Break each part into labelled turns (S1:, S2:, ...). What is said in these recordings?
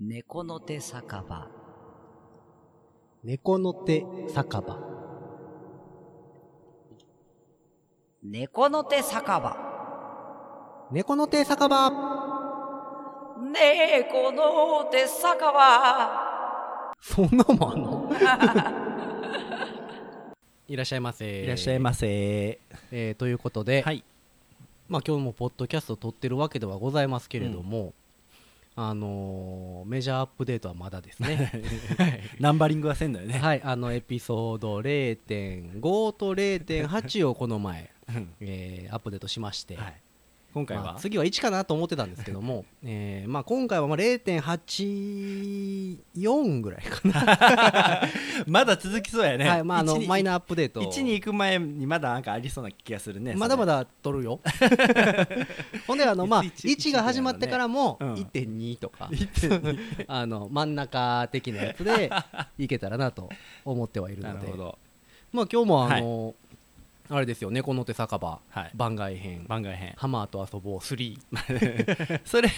S1: 猫の手酒場
S2: 猫の手酒場。
S1: 猫の手酒場
S2: 猫の手酒場。
S1: 猫の手酒 場
S2: そんなもんあんのいらっしゃいませ。
S3: いらっしゃいませ。
S2: えーということで、
S3: はい。
S2: まあ今日もポッドキャスト撮ってるわけではございますけれども、あのーメジャーアップデートはまだですね。
S3: ナンバリングはせんだよ ね。
S2: はい、あのエピソード0.5と0.8をこの前、
S3: うん
S2: えーアップデートしまして、
S3: はい。今回
S2: ま
S3: は
S2: あ、次は1かなと思ってたんですけども、えーまあ、今回はまあ0.84ぐらいかな、
S3: まだ続きそうやね。
S2: はいまあ、あの
S3: 一に
S2: マイナーアップデート
S3: 一に行く前にまだなんかありそうな気がするね。
S2: まだま
S3: だ。
S2: だ取るよほんであの、まあ、
S3: 一一
S2: 1が始まってからも
S3: うん
S2: 1.2とか、
S3: 1.2
S2: あの真ん中的なやつでいけたらなと思ってはいる
S3: な
S2: の
S3: る
S2: で
S3: ほど。
S2: まあ、今日もあの、あれですよ猫の手酒場、
S3: はい
S2: 番外編
S3: 番外編。
S2: ハマーと遊ぼう3
S3: それ、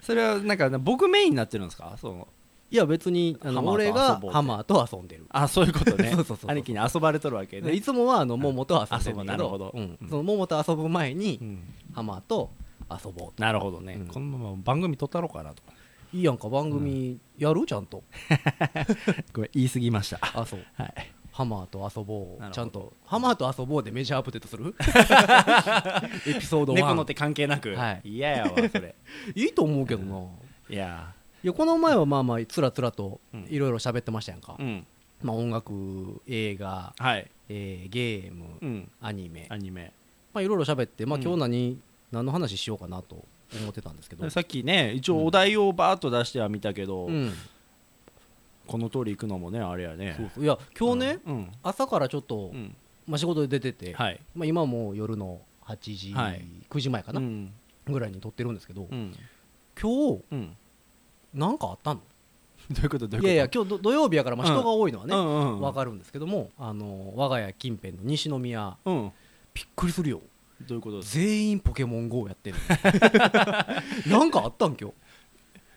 S3: それはなんか僕メインになってるんですかその
S2: いや別にあ
S3: ハ
S2: の
S3: マ
S2: 俺
S3: ーと遊ぼう
S2: が
S3: って
S2: ハマーと遊んでる
S3: あ、 そういうことね。
S2: そうそうそうそう
S3: 兄貴に遊ばれとるわけ
S2: で
S3: ね
S2: い。つもはあの桃と遊んでるんだけ
S3: あそうなるほ
S2: ど
S3: ど
S2: うん
S3: うん
S2: その桃と遊ぶ前に
S3: うん
S2: ハマーと遊ぼうと
S3: なるほどね
S2: うん。
S3: このまま番組撮ったろうかなと。
S2: いいやんか番組やるちゃんと
S3: ごめん、言い過ぎました。
S2: あそう
S3: はい。
S2: ハマーと遊ぼう
S3: なるほど
S2: ちゃんとハマーと遊ぼうでメジャーアップデートす るエピソード
S3: 猫の
S2: 1
S3: 手関係なく。
S2: はい
S3: 嫌やわ、そ れ。
S2: いいと思うけどない
S3: や
S2: いやこの前はまあまあつらつらと
S3: うん
S2: いろいろ喋ってましたやんか
S3: ー。うん。
S2: まあ音楽映画
S3: はい。
S2: えーゲーム
S3: うん。
S2: アニメ
S3: アニメ。
S2: まあいろいろ喋ってまあ
S3: うん
S2: 今日何何の話しようかなと思ってたんですけど
S3: さっきね一応お題をバーッと出してはみたけど、
S2: うん
S3: この通り行くのもねあれやね
S2: そうそういや今日ね、
S3: うん、
S2: 朝からちょっと、
S3: うん
S2: まあ、仕事で出てて、
S3: はい
S2: まあ、今はもう夜の8時、
S3: はい
S2: 9時前か
S3: う
S2: な、
S3: ん
S2: ぐらいに撮ってるんですけど、
S3: うん
S2: 今日
S3: うん
S2: なんかあったの
S3: どういうことどういうこと
S2: いやいや今日ど土曜日やからまあ
S3: うん
S2: 人が多いのはね、
S3: う
S2: わ
S3: んうん
S2: 分かるんですけども、あの我が家近辺の西宮
S3: うん
S2: びっくりするよ
S3: どういうことです
S2: 全員ポケモン GO やってる なんかあったん今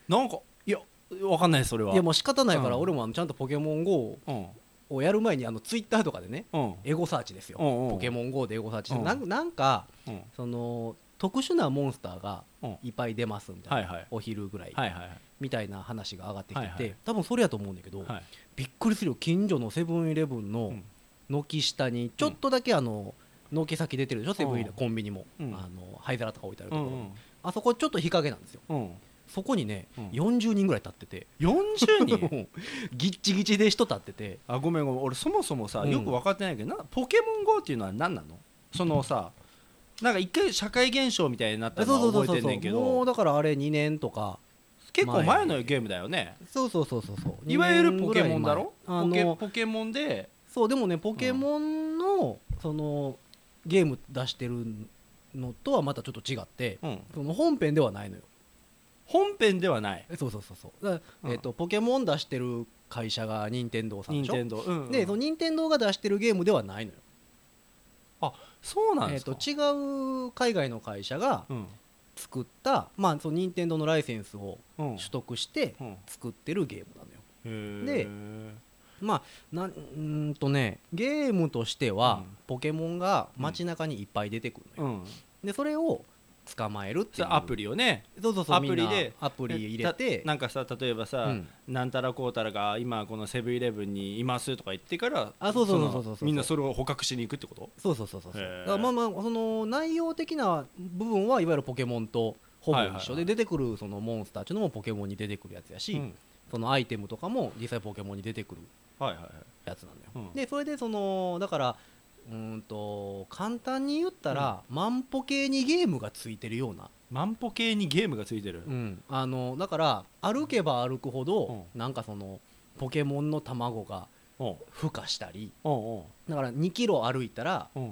S3: なんかいやわかんないそれは
S2: 日いやもう仕方ないから
S3: うん
S2: 俺もあのちゃんとポケモン GO
S3: うん
S2: をやる前にあのツイッターとかでね
S3: うん
S2: エゴサーチですよ、
S3: うんうん
S2: ポケモン GO でエゴサーチして、
S3: うん
S2: なんなんか
S3: うん
S2: その特殊なモンスターが
S3: うん
S2: いっぱい出ますみたいな、
S3: はいはい
S2: お昼ぐらい、
S3: はいはい
S2: みたいな話が上がってきてて、
S3: はいはい
S2: 多分それやと思うんだけど、
S3: はい
S2: びっくりするよ近所のセブンイレブン
S3: う
S2: の
S3: ん
S2: 軒下にちょっとだけあの軒先出てるでしょセブンイレブンコンビニも、
S3: うん
S2: あの灰皿とか置いてあると
S3: う
S2: ころ、
S3: ん
S2: あそこちょっと日陰なんですよ
S3: うん
S2: そこにね、
S3: うん
S2: 40人ぐらい立ってて
S3: 40 人
S2: ギッチギチで人立ってて
S3: あごめんごめん俺そもそもさ
S2: うん
S3: よく分かってないけど、なポケモン GO っていうのは何なのそのさなんか一回社会現象みたいになったのは覚えてんねんけ
S2: もう
S3: ど
S2: だからあれ2年とか
S3: 結構前のゲームだよね
S2: そうそうそうそうそう
S3: いわゆるポケモンだろ
S2: あ
S3: ポケ
S2: の
S3: ポケモンで
S2: そうでもねポケモンの、そのゲーム出してるのとはまたちょっと違って
S3: うん
S2: その本編ではないのよ
S3: 本編ではない
S2: えそうそうそうそうだから
S3: うん
S2: えっとポケモン出してる会社が任天堂さん
S3: 任
S2: でしょ
S3: 天堂うんうん
S2: でその任天堂が出してるゲームではないのよ
S3: そうなん
S2: え
S3: で
S2: っ
S3: すか
S2: と違う海外の会社が
S3: うん
S2: 作ったまあその任天堂のライセンスを
S3: うん
S2: 取得して
S3: うんへ
S2: 作ってるゲームなのよ
S3: ー
S2: まあなんうーんとねゲームとしては
S3: うん
S2: ポケモンが街中にいっぱい出てくるのよ
S3: うん
S2: でそれを捕まえるって
S3: そ
S2: いう
S3: れアプリをね
S2: そうそうそう
S3: アプリ
S2: みんな
S3: で
S2: アプリ入れて
S3: たなんかさ例えばさ、
S2: うん
S3: なんたらこうたらが今このセブンイレブンにいますとか言ってから
S2: あそうそうそうそうそう
S3: のみんなそれを捕獲しに行くってこと
S2: そうそうそうそうそう
S3: へー
S2: だからまあまあその内容的な部分はいわゆるポケモンとほぼ
S3: はいはいはい
S2: 一緒で出てくるそのモンスターっていうのもポケモンに出てくるやつやし、
S3: うん
S2: そのアイテムとかも実際ポケモンに出てくる
S3: はいはいはい
S2: やつなんだよ、
S3: うん
S2: でそれでそのだからうーんと簡単に言ったら、万歩マンポ系にゲームがついてるような、
S3: 万歩計にゲームがついてる、
S2: あのだから歩けば歩くほど、
S3: う
S2: なんかそのポケモンの卵が
S3: おう
S2: 孵化したり
S3: おう
S2: だから2キロ歩いたら
S3: おうおう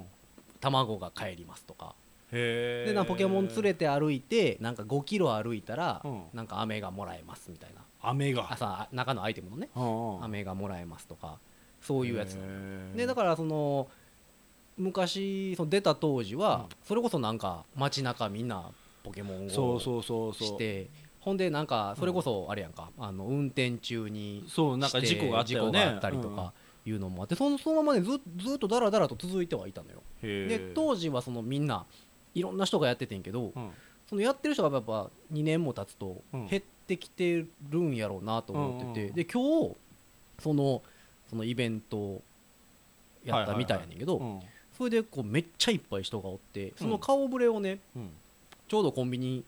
S2: 卵が帰りますとか
S3: へえ
S2: でなんかポケモン連れ
S3: て
S2: て歩いてなんか5キロ歩いたら
S3: うん
S2: なんか飴がもらえますみたいな
S3: 雨が
S2: 朝中のアイテムのね
S3: 雨
S2: 飴がもらえますとかそういうやつなのでだ
S3: か
S2: からその昔その出た当時
S3: う
S2: は
S3: ん
S2: それこそなんか街中みんなポケモン
S3: そ
S2: を
S3: うそうそうそう
S2: してほんでなんかそれこそあれやんか、あの運転中に
S3: そうなんか事故があったよ
S2: 事
S3: ね
S2: 故があったりとかいうのもあって、そのそのままねずずっとだらだらと続いてはいたのよ
S3: うんへ
S2: で
S3: ー
S2: 当時はそのみんないろんな人がやっててんけど、
S3: うん
S2: そのやってる人がやっぱ2年も経つと
S3: うん
S2: 減ってきてるんやろうなと思ってて、
S3: うんうんうん
S2: で今日そのそのイベントをやったみたいやねんけど、
S3: うん
S2: それでこうめっちゃいっぱい人がおってその顔ぶれをね、
S3: うん
S2: ちょうどコンビニ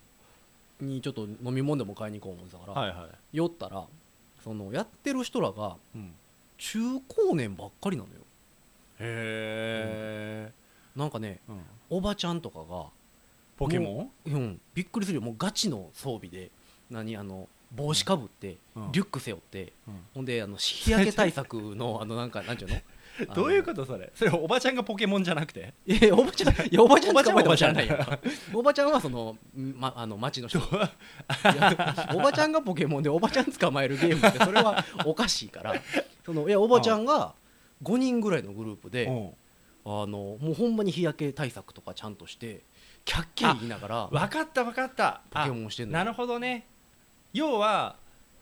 S2: にちょっと飲み物でも買いに行こう思ってたから、
S3: はいはい
S2: 寄ったらそのやってる人らが
S3: うん
S2: 中高年ばっかりなのよ
S3: へえ
S2: なんかね
S3: うん
S2: おばちゃんとかが
S3: ポケモ
S2: うん、びっくりするよもうガチの装備で何あの帽子かぶって、
S3: うん
S2: リュック背負って、
S3: うん
S2: ほんであの日焼け対策 のあのなんかなんていうの
S3: ン どういうことそれそれおばちゃんがポケモンじゃなくて
S2: といやおば ちゃんいやおばちゃん
S3: おばちゃ
S2: 捕
S3: んは
S2: まえても知らないよ おばちゃんはその,、ま、あの町の人い やおばちゃんがポケモンでおばちゃん捕まえるゲーム ってそれはおかしいからそのいやおばちゃんが5人ぐらいのグループで、
S3: うん
S2: あのもうほんまに日焼け対策とかちゃんとしてキャッキャ言いながら
S3: 分かった分かった
S2: ポケモンをしてんのよ
S3: あなるほどね要は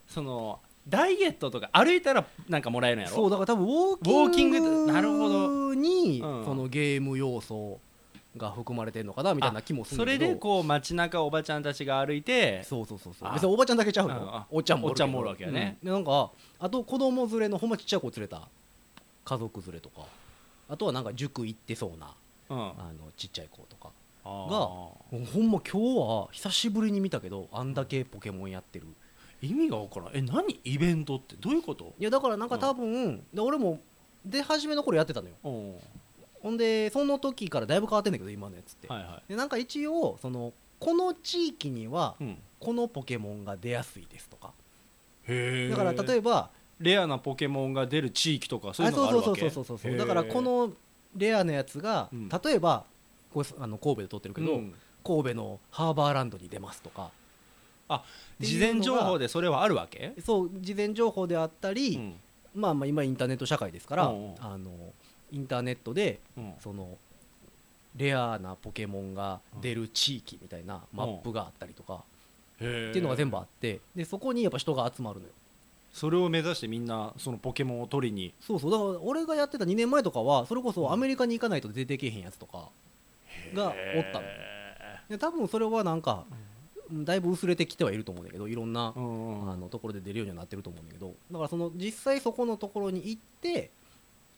S3: そのダイエットとか歩いたらなんかもらえるんやろ
S2: そうだから多分ウォーキング
S3: ウォーキングなるほど
S2: に
S3: うん
S2: そのゲーム要素が含まれてるのかなみたいな気もする
S3: そ
S2: んだ
S3: れ
S2: けど
S3: でこう街中おばちゃんたちが歩いて
S2: そうそうそうそう
S3: あ
S2: 別におばちゃんだけちゃう
S3: うん
S2: よ
S3: あ
S2: おっちゃんも
S3: おっちゃんもおるわけや
S2: や
S3: ね
S2: なんかあと子供連れのほんまちっちゃい子連れた家族連れとかあとはなんか塾行ってそうな
S3: うん
S2: あのちっちゃい子とか
S3: が
S2: もうほんま今日は久しぶりに見たけどあんだけポケモンやってる
S3: 意味が分からんえ何イベントってどういうこと
S2: いやだからなんか多分、で俺も出始めの頃やってたのよ
S3: うん
S2: ほんでその時からだいぶ変わってんだけど今のやつって、
S3: はいは、
S2: でなんか一応そのこの地域にはい
S3: うん、
S2: このポケモンが出やすいですとか
S3: へえ
S2: だから例えば
S3: レアなポケモンが出る地域とか
S2: あそ
S3: そういうのがある
S2: う
S3: わけ
S2: そうそうそうそうそう
S3: へー
S2: だからこのレアなやつが
S3: うん
S2: 例えばこれあの神戸で撮ってるけど、
S3: うん
S2: 神戸のハーバーランドに出ますとかていうの
S3: 事
S2: が
S3: 前情報でそれはあるわけ
S2: そう事前情報であった
S3: う
S2: り、
S3: ん
S2: まあまあ今インターネット社会ですから、
S3: うんうん
S2: あのインターネットで
S3: うん
S2: そのレアなポケモンが出る地域みたいなマップがあったりとか
S3: へえ
S2: っていうのが全部あってでそこにやっぱ人が集まるのよ
S3: それを目指してみんなそのポケモンを取りに
S2: そうそうだから俺がやってた2年前とかはそれこそアメリカに行かないと出てけへんやつとかがおったので多分それはなんかだいぶ薄れてきてはいると思うんだけどいろんな
S3: う、んうん
S2: あのところで出るようにはなってると思うんだけどだからその実際そこのところに行って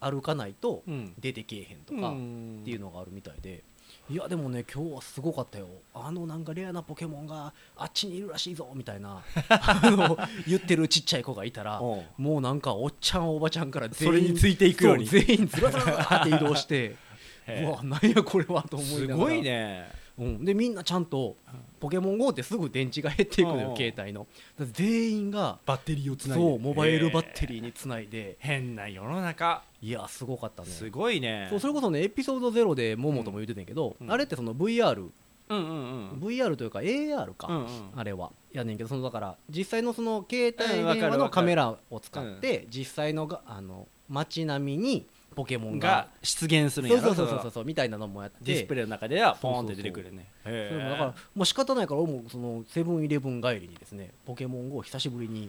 S2: 歩かないと
S3: うん
S2: 出てけえへんとか
S3: ん
S2: っていうのがあるみたいで。いやでもね今日はすごかったよあのなんかレアなポケモンがあっちにいるらしいぞみたい なあの言ってるちっちゃい子がいたら
S3: うん
S2: もうなんかおっちゃんおばちゃんから
S3: それについていくように
S2: そう全員ずらずらずらって移動して
S3: へえ
S2: うわなんやこれはと思い
S3: す
S2: ながら
S3: ごい、ね
S2: うん、でみんなちゃんとポケモン GO ってすぐ電池が減っていくの
S3: うんう
S2: よ
S3: ん
S2: 携帯のだから全員が
S3: バッテリーをつないで
S2: そうモバイルバッテ
S3: ー
S2: リーにつないで
S3: 変な世の中
S2: いやすごかったね
S3: すごいね
S2: そうそれこそねエピソード0でモモとも言ってたんやけど、
S3: うん
S2: あれってその VR、
S3: うんうんうん
S2: VR というか AR か、
S3: うんうん
S2: あれはやねんけどそのだから実際のその携
S3: うん
S2: 帯
S3: わ
S2: 電
S3: か
S2: 話
S3: るわかる
S2: のカメラを使って実際のがあの街並みにポケモン
S3: が
S2: が
S3: 出現
S2: そ
S3: す
S2: う
S3: るんやろ
S2: そうそうそう
S3: れ
S2: そう
S3: は
S2: みたいなのもやって
S3: ディスプレイの中ではポーンって出てくるね
S2: そ
S3: へ
S2: れ
S3: え
S2: もだからもう仕方ないから俺もそのセブンイレブン帰りにですねポケモン GO を久しぶりに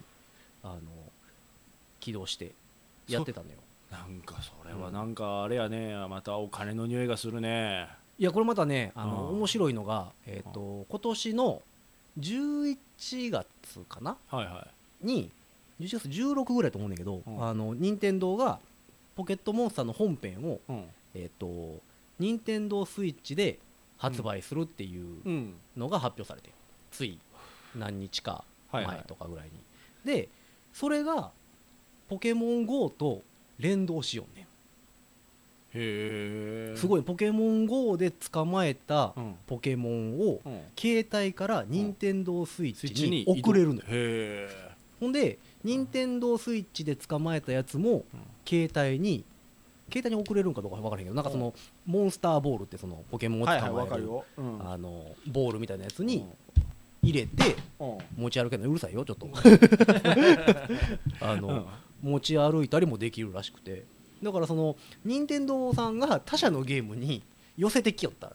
S2: あの起動してやってたんだよ
S3: なんかそれはなんかあれやねまたお金の匂いがするね
S2: いやこれまたねあの
S3: うん
S2: 面白いのがえっと今年の11月かな
S3: はいは
S2: に11月16ぐらいだと思うんだけど、
S3: うん
S2: あの任天堂がポケットモンスターの本編を
S3: いうん
S2: えっ、と任天堂スイッチで発売するっていう
S3: うん
S2: のが発表されてるつい何日か
S3: は
S2: 前
S3: いはい
S2: とかぐらいに、でそれがポケモン GO と連動しようね
S3: へえ
S2: んすご
S3: い
S2: いポケモン GO で捕まえた
S3: うん
S2: ポケモンを
S3: うん
S2: 携帯から任天堂スイ
S3: スイ
S2: ッ
S3: ッチ
S2: チ
S3: に
S2: に送れるのよ
S3: へえ
S2: ほんで任天堂スイッチで捕まえたやつも携帯に携帯に送れるんかどうか分からへんけどなんかそのモンスターボールってそのポケモンを捕
S3: はいはい
S2: ま
S3: わ
S2: え
S3: か
S2: る,、
S3: るようん
S2: あのボールみたいなやつに入れて
S3: うんうん
S2: 持ち歩けるのうるさいよちょっ とあの、
S3: うん
S2: 持ち歩いたりもできるらしくてだからその任天堂さんが他社のゲームに寄せてきよったっ
S3: へ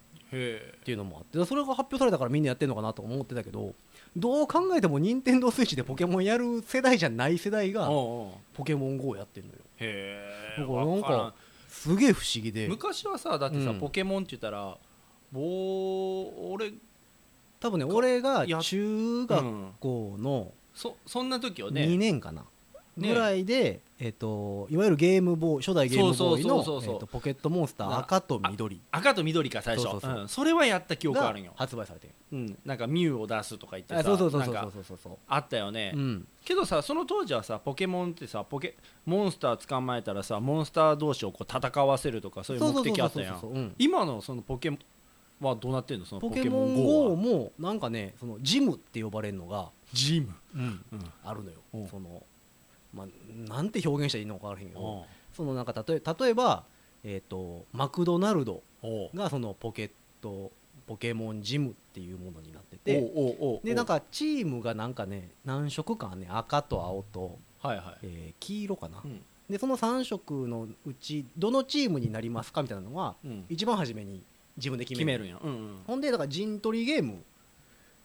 S3: え
S2: ていうのもあってそれが発表されたからみんなやってんのかなとか思ってたけどどう考えても任天堂スイッチでポケモンやる世代じゃない世代が
S3: おうおう
S2: ポケモン GO やってんのよ
S3: へえ
S2: だからなんか
S3: わらん
S2: すげえ不思議で
S3: 昔はさだってさ、
S2: うん
S3: ポケモンって言ったらぼ俺、
S2: 多分ね俺が
S3: や
S2: 中
S3: う
S2: 学
S3: ん、
S2: 校の
S3: そそんな時はね
S2: 2年かな
S3: ね
S2: ぐらいで、えっといわゆるゲームボーイ初代ゲームボーイの
S3: そうそうそうそうそう
S2: えっとポケットモンスター赤と緑
S3: 赤と緑か最初
S2: そうそうそう
S3: うんそれはやった記憶あ
S2: が
S3: るんよ、
S2: 発売されてる
S3: うん、なんかミュウを出すとか言って
S2: あ
S3: さ
S2: そうそうそうそう
S3: なん
S2: そ
S3: か
S2: うそうそう
S3: あったよね、
S2: うん
S3: けどさその当時はさポケモンってさポケモンスター捕まえたらさモンスター同士をこう戦わせるとかそういう目的あったや
S2: そうそうそ
S3: ん
S2: うそううん
S3: 今のそのポケモンはどうなってんのその
S2: ポ
S3: ポ
S2: ケ
S3: ケ
S2: モ
S3: モ
S2: ン
S3: ン GO
S2: GO
S3: は
S2: もなんかねそのジムって呼ばれるのが
S3: ジム
S2: あるのよ
S3: うん
S2: そのまあなんて表現したらいいのか分からへんけど
S3: おう
S2: そのなんか例え例えばえっとマクドナルド
S3: おう
S2: がそのポケットポケモンジムっていうものになって
S3: お
S2: て
S3: うおうおうおう
S2: でなんかチームがなんかね何色かね赤と青と、
S3: はいはい
S2: えー黄色かな、
S3: うん
S2: でその3色のうちどのチームになりますかみたいなのは
S3: うん
S2: 一番初めに自分で決
S3: 決
S2: め
S3: め
S2: る
S3: るんやうんうん
S2: ほんでだから陣取りゲーム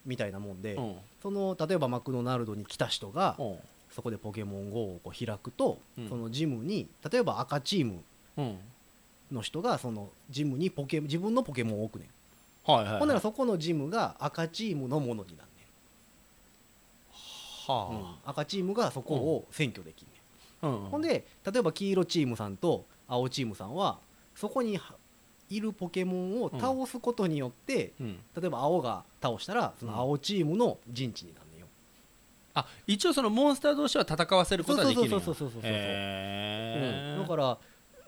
S2: みたいなもんで、
S3: うん
S2: その例えばマクドナルドに来た人が
S3: おう
S2: そこでポケモン GO をこう開くと、
S3: うん
S2: そのジムに例えば赤チーム
S3: うん
S2: の人がそのジムにポケ自分のポケモンを置くねん
S3: はいはい
S2: ほんならそこのジムが赤チームのものになんねん、うん
S3: は
S2: 赤チームがそこを選挙できんね、
S3: あうんん
S2: ほんで例えば黄色チームさんと青チームさんはそこにはいるポケモンを倒すことによって、
S3: うん
S2: 例えば青が倒したらその青チームの陣地になんねんよ、
S3: あ一応そのモンスター同士は戦わせることはできるんや
S2: そうそうそうそうそうそうそう
S3: へ
S2: うん、だ
S3: ら
S2: か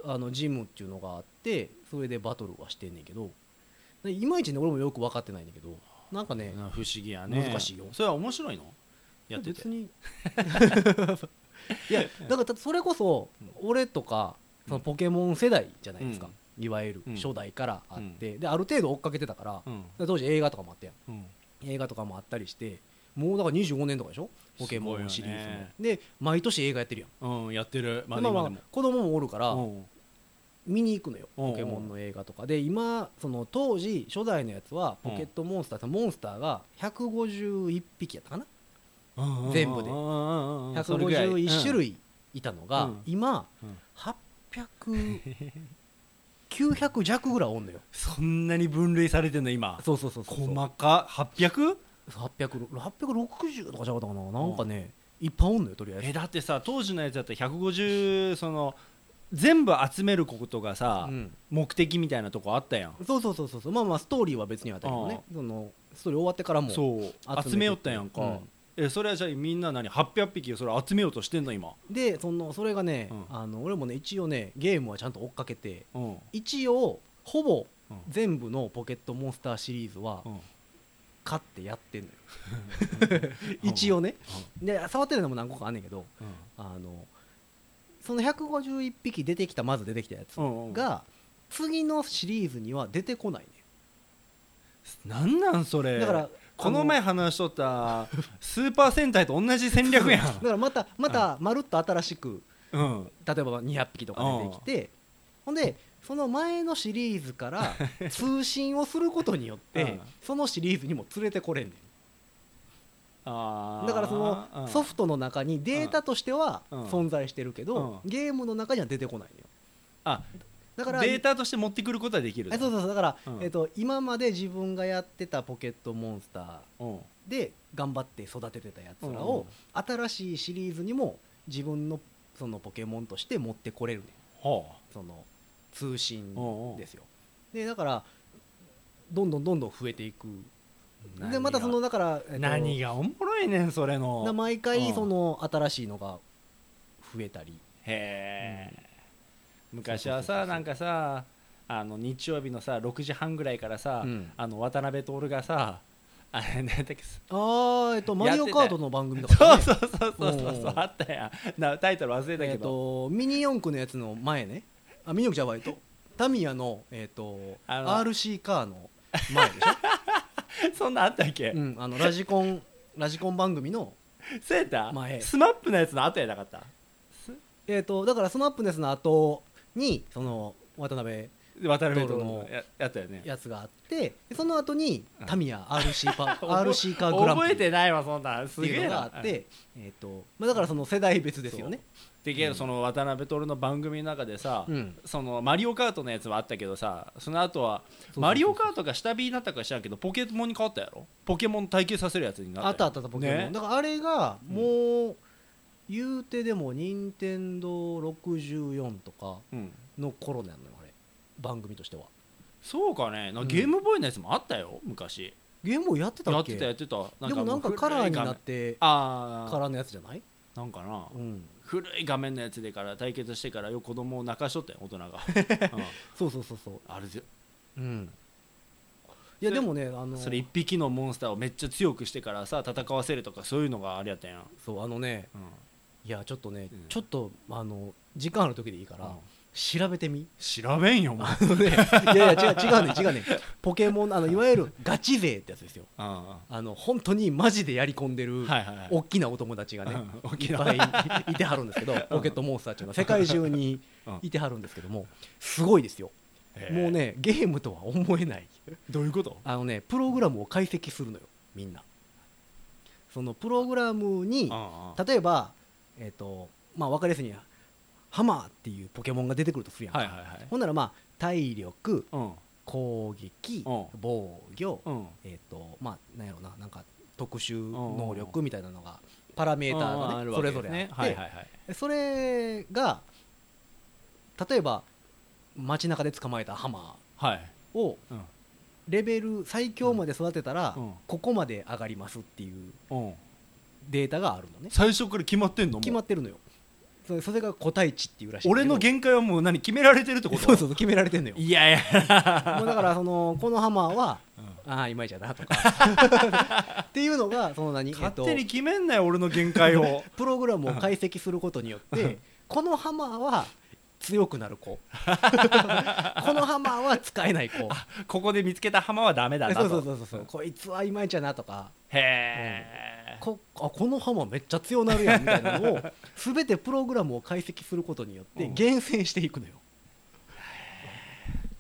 S2: らあのジムっていうのがあってそれでバトルはしてんねんけどでいまいちね俺もよく分かってないんだけどなんかね
S3: 不思議やね
S2: 難しいよ
S3: それは面白いのやってて
S2: 別に いやだからそれこそ俺とかそのポケモン世代じゃないですか、いわゆる
S3: うん
S2: 初代からあって、である程度追っかけてたから、
S3: うん
S2: で当時映画とかもあったやん
S3: うん
S2: 映画とかもあったりしてもうだから25年とかでしょポケモンシリーズ
S3: す
S2: も、
S3: ごいよね
S2: で毎年映画やってるやん、
S3: うんやってるま
S2: でまあ
S3: 今
S2: ま
S3: で
S2: あ
S3: も
S2: 子供もおるから、
S3: うん
S2: 見に行くのよ
S3: うん
S2: ポケモンの映画とかで今その当時初代のやつはポケットモンスターってモンスターが151匹やったかな
S3: うんうん
S2: 全部で
S3: うんうんうんうんそれぐらい
S2: 151種
S3: うん
S2: 類いたの
S3: う
S2: が
S3: ん
S2: 今
S3: うん
S2: 800900弱ぐらいおんの よ
S3: そんなに分類されてんの今
S2: そうそうそうそう
S3: 細か 800?
S2: 860とかじゃなかったかななんかねいっぱいおんのよとりあえ
S3: え
S2: ず
S3: だってさ当時のやつだったら150その全部集めることがさ、
S2: うん
S3: 目的みたいなとこあったやん
S2: そうそうそうそうそうまあまあストーリーは別にあったけどねそのストーリー終わってからも
S3: そう集めよったやんか、
S2: うん
S3: えそれはじゃあみんな何800匹それ集めようとしてんの今
S2: でそのそれがね、
S3: うん
S2: あの俺もね一応ねゲームはちゃんと追っかけて
S3: うん
S2: 一応ほぼ
S3: うん
S2: 全部のポケットモンスターシリーズは
S3: うん
S2: 勝ってやってんのよ 一応ねで触ってるのも何個かあんねんけどあのその151匹出てきたまず出てきたやつ
S3: うんうん
S2: が次のシリーズには出てこないね
S3: なんなんそれ
S2: だから
S3: この前
S2: あ
S3: 話しとったスーパー戦隊と同じ戦略や
S2: だからまたまたまるっと新しく
S3: ん、うん、
S2: 例えば200匹とか出てきてほんでその前のシリーズから通信をすることによっ
S3: う
S2: て
S3: ん
S2: そのシリーズにも連れてこれんね
S3: あ
S2: ん
S3: ー
S2: だからそのソフトの中にデータとしては
S3: うん
S2: 存在してるけど
S3: う
S2: ゲームの中には出てこないのよ
S3: あ
S2: だから
S3: データとして持ってくることはできる
S2: あそうそうそうだから
S3: うん
S2: えっと今まで自分がやってたポケットモンスター
S3: うん
S2: で頑張って育ててたやつら
S3: うん
S2: を新しいシリーズにも自分のそのポケモンとして持ってこれるねん
S3: は
S2: その通信
S3: あうんうん
S2: ですよでだからどんどんどんどん増えていく
S3: 何
S2: で
S3: が
S2: またそのだから、えっと
S3: 何がおもろいねんそれの
S2: な毎回
S3: うん
S2: その新しいのが増えたり
S3: へえ、昔は
S2: そうそうそうそ
S3: さ
S2: う
S3: なんかさあの日曜日のさ6時半ぐらいからさ、
S2: うん
S3: あの渡辺徹がさあれなんだっけ
S2: あーえっとマリオカートの番組と
S3: そ
S2: か
S3: う
S2: ね
S3: そうそうそうそう
S2: うん
S3: そうあったやんなタイトル忘れた
S2: え
S3: け
S2: っ
S3: ど、
S2: とミニ四駆のやつの前ねあミニ四駆じゃないとタミヤのえっと
S3: あの
S2: RC カーの前 でしょ、
S3: そんなんあったっけ、
S2: うん、あのラジコンラジコン番組の
S3: そうやった
S2: 前
S3: スマップのやつの後やなかった
S2: えっとだからスマップネスの後にその渡辺
S3: 渡辺
S2: 道路
S3: 道路
S2: の
S3: のややったよね
S2: やつがあってでその後にタミ ヤ RC パ
S3: 覚
S2: RC カーグランプ
S3: 覚
S2: リ
S3: え
S2: って
S3: ないわそんなんす
S2: て
S3: げ
S2: いう
S3: え
S2: のが
S3: な
S2: あってえっとまあだからその世代別ですよね
S3: でけどその渡辺徹の番組の中でさ、
S2: うん
S3: そのマリオカートのやつはあったけどさその後は
S2: そうそう
S3: マリオカートが下火になったか知らんけどポケモンに変わったやろポケモン体験させるやつになった
S2: あったあったあったポケモン、
S3: ね
S2: だからあれがもう言うてでも任天堂64とか
S3: うん、
S2: の頃なのよあれ番組としては
S3: そうかねな
S2: うん
S3: ゲームボーイのやつもあったよ昔
S2: ゲームをやってた
S3: や
S2: っ
S3: っ
S2: け
S3: てたやってたな
S2: でもなんか
S3: 古い
S2: カラーに
S3: 画面
S2: なって
S3: あ
S2: カ
S3: あ
S2: ラーのやつじゃない
S3: なんかな
S2: うん
S3: 古い画面のやつでから対決してからよ子供を泣かしとったよ大 人が、うん
S2: そうそうそうそう
S3: あれで
S2: うんいやでもねあの
S3: それ一匹のモンスターをめっちゃ強くしてからさ戦わせるとかそういうのがあれやったやん、うん
S2: そうあのね
S3: うん
S2: いやちょっとね、
S3: うん
S2: ちょっとあの時間ある時でいいから、調べて み
S3: 調べんよもう、
S2: あのねいやいや違う違うね違うねポケモンあのいわゆるガチ勢ってやつですよ
S3: うんうん
S2: あの本当にマジでやり込んでる、
S3: はいはいはい
S2: 大きなお友達がね、
S3: うん大
S2: い
S3: き
S2: っ
S3: な
S2: ぱい いてはるんですけど、ポケットモンスターっていうのは世界中に
S3: うん
S2: いてはるんですけども、すごいですよ、
S3: へえ
S2: もうね、ゲームとは思えない、
S3: どういうこと
S2: あのね、プログラムを解析するのよ、みんな。そのプログラムに、
S3: あ
S2: 例えば、えっ、と、まあ、分かりやすいには、ハマーっていうポケモンが出てくるとするやんか、
S3: はいはいはい
S2: ほんなら、まあ、体力、
S3: うん
S2: 攻撃、
S3: うん
S2: 防御、
S3: うん
S2: えっ、とまあなんやろななんか特殊能力みたいなのがパラメーター
S3: うん
S2: が
S3: あ
S2: ね
S3: る
S2: そ
S3: わけ
S2: れ
S3: で
S2: ぞ
S3: す
S2: れあ
S3: ね
S2: って、
S3: はいはいはい
S2: それが例えば街中で捕まえたハマ
S3: はい
S2: ーを
S3: うん
S2: レベル最強まで育てたら、
S3: うん
S2: ここまで上がりますっていう
S3: うん
S2: データがあるのね
S3: 最初から決まってんのもう
S2: 決まってるのよそれそれが個体値っていうらしいんだ
S3: 俺
S2: けど
S3: の限界はもう何決められてるってこと
S2: そうそうそう決められてんのよ
S3: いやいや
S2: もうだからそのこのハマーは、
S3: う
S2: ああいまいちだなとか っていうのがその何えっと
S3: 勝手に決めんなよ俺の限界を
S2: プログラムを解析することによってこのハマーは強くなる 子このハマーは使えない子
S3: ここで見つけた浜はダメだな
S2: そ
S3: と
S2: うそうそうそうこいつはいまいちやなとか
S3: へえ、
S2: こあこのハマーめっちゃ強なるやんみたいな のを全てプログラムを解析することによって
S3: うん
S2: 厳選していくのよ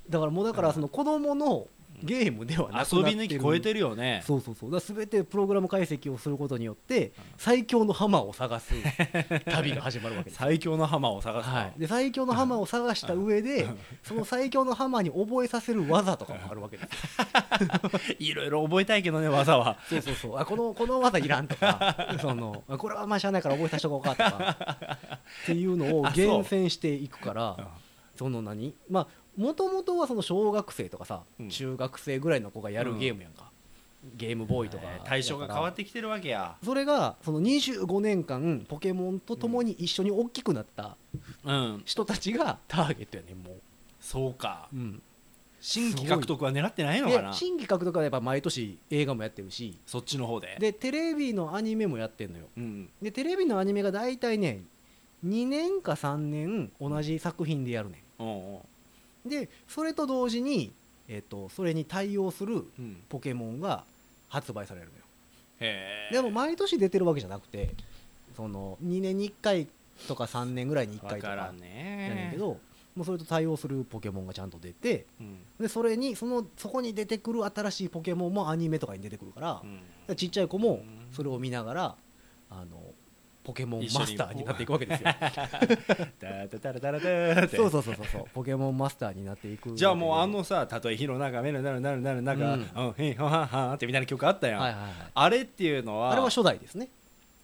S2: だからもうだからその子供のゲームではなく
S3: 遊
S2: なっ
S3: び
S2: てる
S3: 抜き超えてるよね
S2: そうそうそうだから全てプログラム解析をすることによって最強のハマーを探す旅が始まるわけです
S3: 最強の浜を探すの、
S2: はい、で最強のハマーを探した上でその最強のハマーに覚えさせる技とかもあるわけですよ
S3: いろいろ覚えたいけどね技は
S2: そうそうそうあこのこの技いらんと かそのあこれはまあしゃあないから覚えさせとこうかとかっていうのを
S3: あそう
S2: 厳選していくか
S3: うん
S2: らその何まあもともとはその小学生とかさ、
S3: うん
S2: 中学生ぐらいの子がやるゲームやんか、ゲームボーイとか
S3: えー対象が変わっててきてるわけや、
S2: それがその25年間ポケモンと共に一緒に大きくなった
S3: うん、
S2: 人たちがターゲットやねんもう、
S3: そうか
S2: うん、
S3: 新規獲得は狙ってないのか
S2: で
S3: な
S2: 新規獲得はやっぱ毎年映画もやってるし
S3: そっちの方で
S2: でテレビのアニメもやってんのよ
S3: うん、
S2: でテレビのアニメが大体ね2年か3年同じ作品でやるね
S3: うんうん
S2: んでそれと同時に、えっとそれに対応する
S3: うん、
S2: ポケモンが発売されるのよ
S3: へえ
S2: でも毎年出てるわけじゃなくてその2年に1回とか3年ぐらいに1
S3: 分
S2: 回とか
S3: か
S2: や
S3: ら
S2: ねん
S3: んね
S2: け、どもうそれと対応するポケモンがちゃんと出て
S3: うん
S2: でそれにそのそこに出てくる新しいポケモンもアニメとかに出てくるから、
S3: うん
S2: だからちっちゃい子もそれを見ながらあのポケモンマスターになっていくわけ ですよ。
S3: だだだらだらだーって
S2: そうそうそうそうそうポケモンマスターになっていく。
S3: じゃあもうあのさたとえ火の中目のなるなるなるなるな
S2: うん
S3: んかうんへいはははってみたいな曲あったやん、
S2: はいはいはい。
S3: あれっていうのは
S2: あれは初代ですね。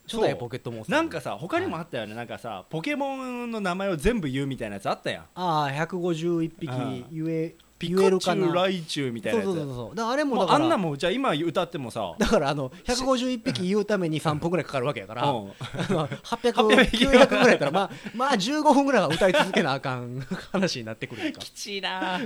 S3: そ
S2: 初
S3: う
S2: 代ポケットモンスター。
S3: なんかさ他にもあったよね、なんかさポケモンの名前を全部言うみたいなやつあったやん
S2: ああ151匹
S3: うん
S2: 言え
S3: ピ
S2: 言え
S3: カ
S2: る
S3: チ
S2: か
S3: ュウ
S2: な。
S3: ライチュウみたい
S2: そ
S3: な
S2: う
S3: やつ
S2: そうそうそう。だからあれも
S3: も
S2: だ
S3: う
S2: か
S3: あ
S2: ら
S3: んなもんじゃあ今歌ってもさ
S2: だからあの151匹言うために3分ぐらいかかるわけやから、あ
S3: うん
S2: の800900ぐらいやったらまあまあ15分ぐらいは歌い続けなあかん 話になってくる やんか。
S3: ちいな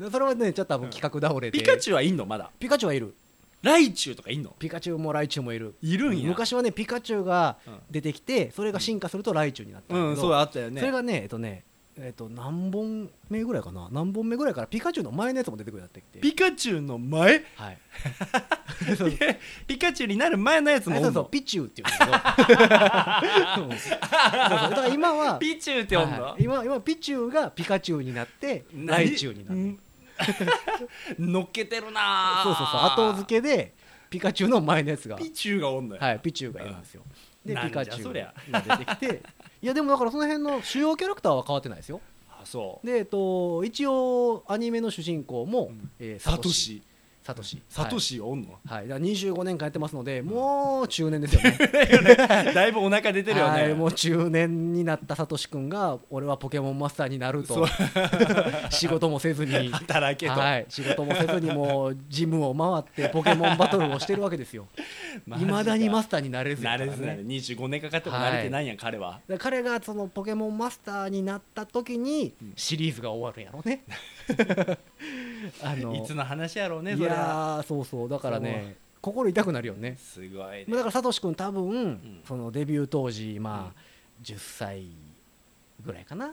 S2: うんそれはねちょっと多分企画倒れて。
S3: ピカチュウはいんのまだ
S2: ピカチュウはいる。
S3: ライチュウとかいんの
S2: ピカチュウもライチュウもいる
S3: いるんや
S2: 昔はねピカチュウが
S3: うん
S2: 出てきてそれが進化するとライチュウになったんだけ
S3: う
S2: ど
S3: んそうあったよね
S2: それがねえっとねえっと何本目ぐらいかな何本目ぐらいからピカチュウの前のやつも出てくるようになってきて
S3: ピカチュウの前
S2: はいそうそう
S3: ピカチュウになる前のやつもおん
S2: そ
S3: の
S2: うそうピチュウっていうんだけ どうんそうそうだから今は
S3: ピチュウって呼んだ、
S2: はい今今ピチュウがピカチュウになってライチュウになる
S3: る乗っけてるな
S2: そうそうそう後付けでピカチュウの前のやつが
S3: けピチュウがおんのよ、
S2: はい、ピチュウがいるんですよ。で、
S3: なん
S2: ピ
S3: じゃ
S2: カチュ
S3: そ
S2: ウ
S3: りゃ
S2: が出てきて、いや、でもだからその辺の主要キャラクターは変わってないですよ。
S3: あそう
S2: で、えっと、一応、アニメの主人公も、
S3: うん
S2: えー
S3: サト。シ
S2: サトシ。
S3: サトシおんの、
S2: はい。はい、だから25年間やってますので、もう中年ですよね。
S3: だいぶお腹出てるよ
S2: はい
S3: ね
S2: もう中年になったサトシ君が、俺はポケモンマスターになる
S3: そ
S2: と
S3: う、
S2: 仕事もせず に、
S3: 働けと、
S2: はい、仕事もせずに、もうジムを回って、ポケモンバトルをしてるわけですよ。
S3: マ
S2: い
S3: ジか
S2: まだにマスターになれずや
S3: 慣
S2: から
S3: れ
S2: ね
S3: ずなれ25年かかっても慣れてないやん、彼は
S2: だから彼がそのポケモンマスターになった時に
S3: うん
S2: シリーズが終わるんやろう ね。あの
S3: いつの話やろうね
S2: い
S3: それは
S2: やーそうそうだからね心痛くなるよね。
S3: すごい
S2: まあだ
S3: ね
S2: からサトシ君多分、
S3: ん
S2: そのデビュー当時まあ、10歳ぐらいか な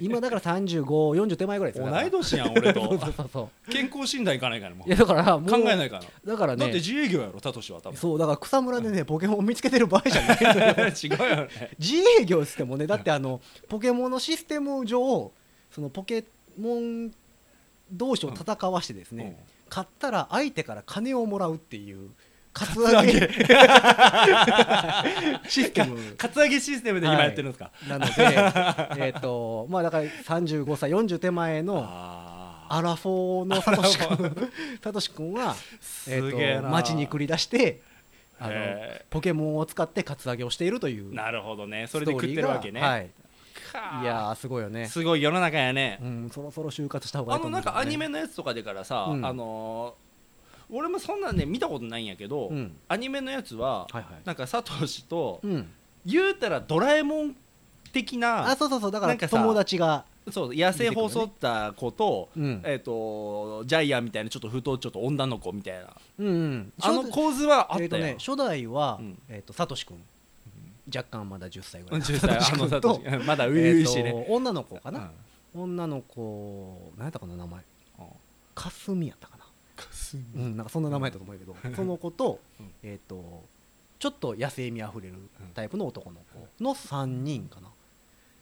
S2: 今だから3540手前ぐらいですよ
S3: 同い
S2: だ
S3: 年やん
S2: か
S3: 俺
S2: ら そう
S3: と
S2: そうそうそ
S3: 健康診断行かないからも
S2: う
S3: う
S2: いやだからもう
S3: 考えないからな
S2: だから
S3: だって
S2: ね
S3: 自営業やろサトシは多分
S2: そうだから草むらでねポケモン見つけてる場合じゃないのよ
S3: 違うよね
S2: 自営業っつってもねだってあのポケモンのシステム上そのポケモン同士を戦わしてですね、買ったら相手から金をもらうっていうカツアゲ システム
S3: うんカツアゲシステムで今やってるんですか、
S2: なのでえっとまあだから35歳40手前の
S3: あ
S2: アラフォーのサトシ君 サトシ君は、
S3: す
S2: えっ
S3: げえ
S2: と
S3: な
S2: 街に繰り出してあの
S3: へ
S2: ポケモンを使ってカツアゲをしているという
S3: えなるほどねそれで食ってるわけ
S2: ストーリー
S3: ね、
S2: がはい
S3: かあ
S2: いやーすごいよね。
S3: すごい世の中やね、
S2: うん、そろそろ就活した方がい
S3: あ
S2: いと思
S3: の
S2: う
S3: なん
S2: だよね、
S3: かアニメのやつとかでからさ、
S2: うん
S3: あのー俺もそんなんね見たことないんやけど、
S2: うん
S3: アニメのやつは、
S2: はいはい。
S3: なんかサトシと、
S2: うん。
S3: 言うたらドラえもん的
S2: あ、
S3: な
S2: そうそうそう、だか
S3: な
S2: ら
S3: んかさ
S2: 友達が。
S3: そう野生放送った子と,、
S2: うん
S3: えっとジャイアンみたいなちょっと太っちょっと女の子みたいな
S2: うんうん。
S3: あの
S2: 初
S3: 構図はあ
S2: え
S3: ったよ、
S2: っとね、初代は
S3: うん、
S2: えっと、サトシ君。若干まだ10歳ぐらい。
S3: 10歳あの
S2: サト
S3: サト
S2: シ
S3: シ
S2: 君と。
S3: まだ初
S2: え
S3: 々
S2: っ
S3: しい
S2: と
S3: ね、
S2: 女の子か
S3: うん
S2: な。女の子、何やったかな、名前。かすみやったかな。うん、なんかそんな名前だったと思うけど、その子と
S3: うん、
S2: えっと、ちょっと野生味あふれるタイプの男の子の3人かな。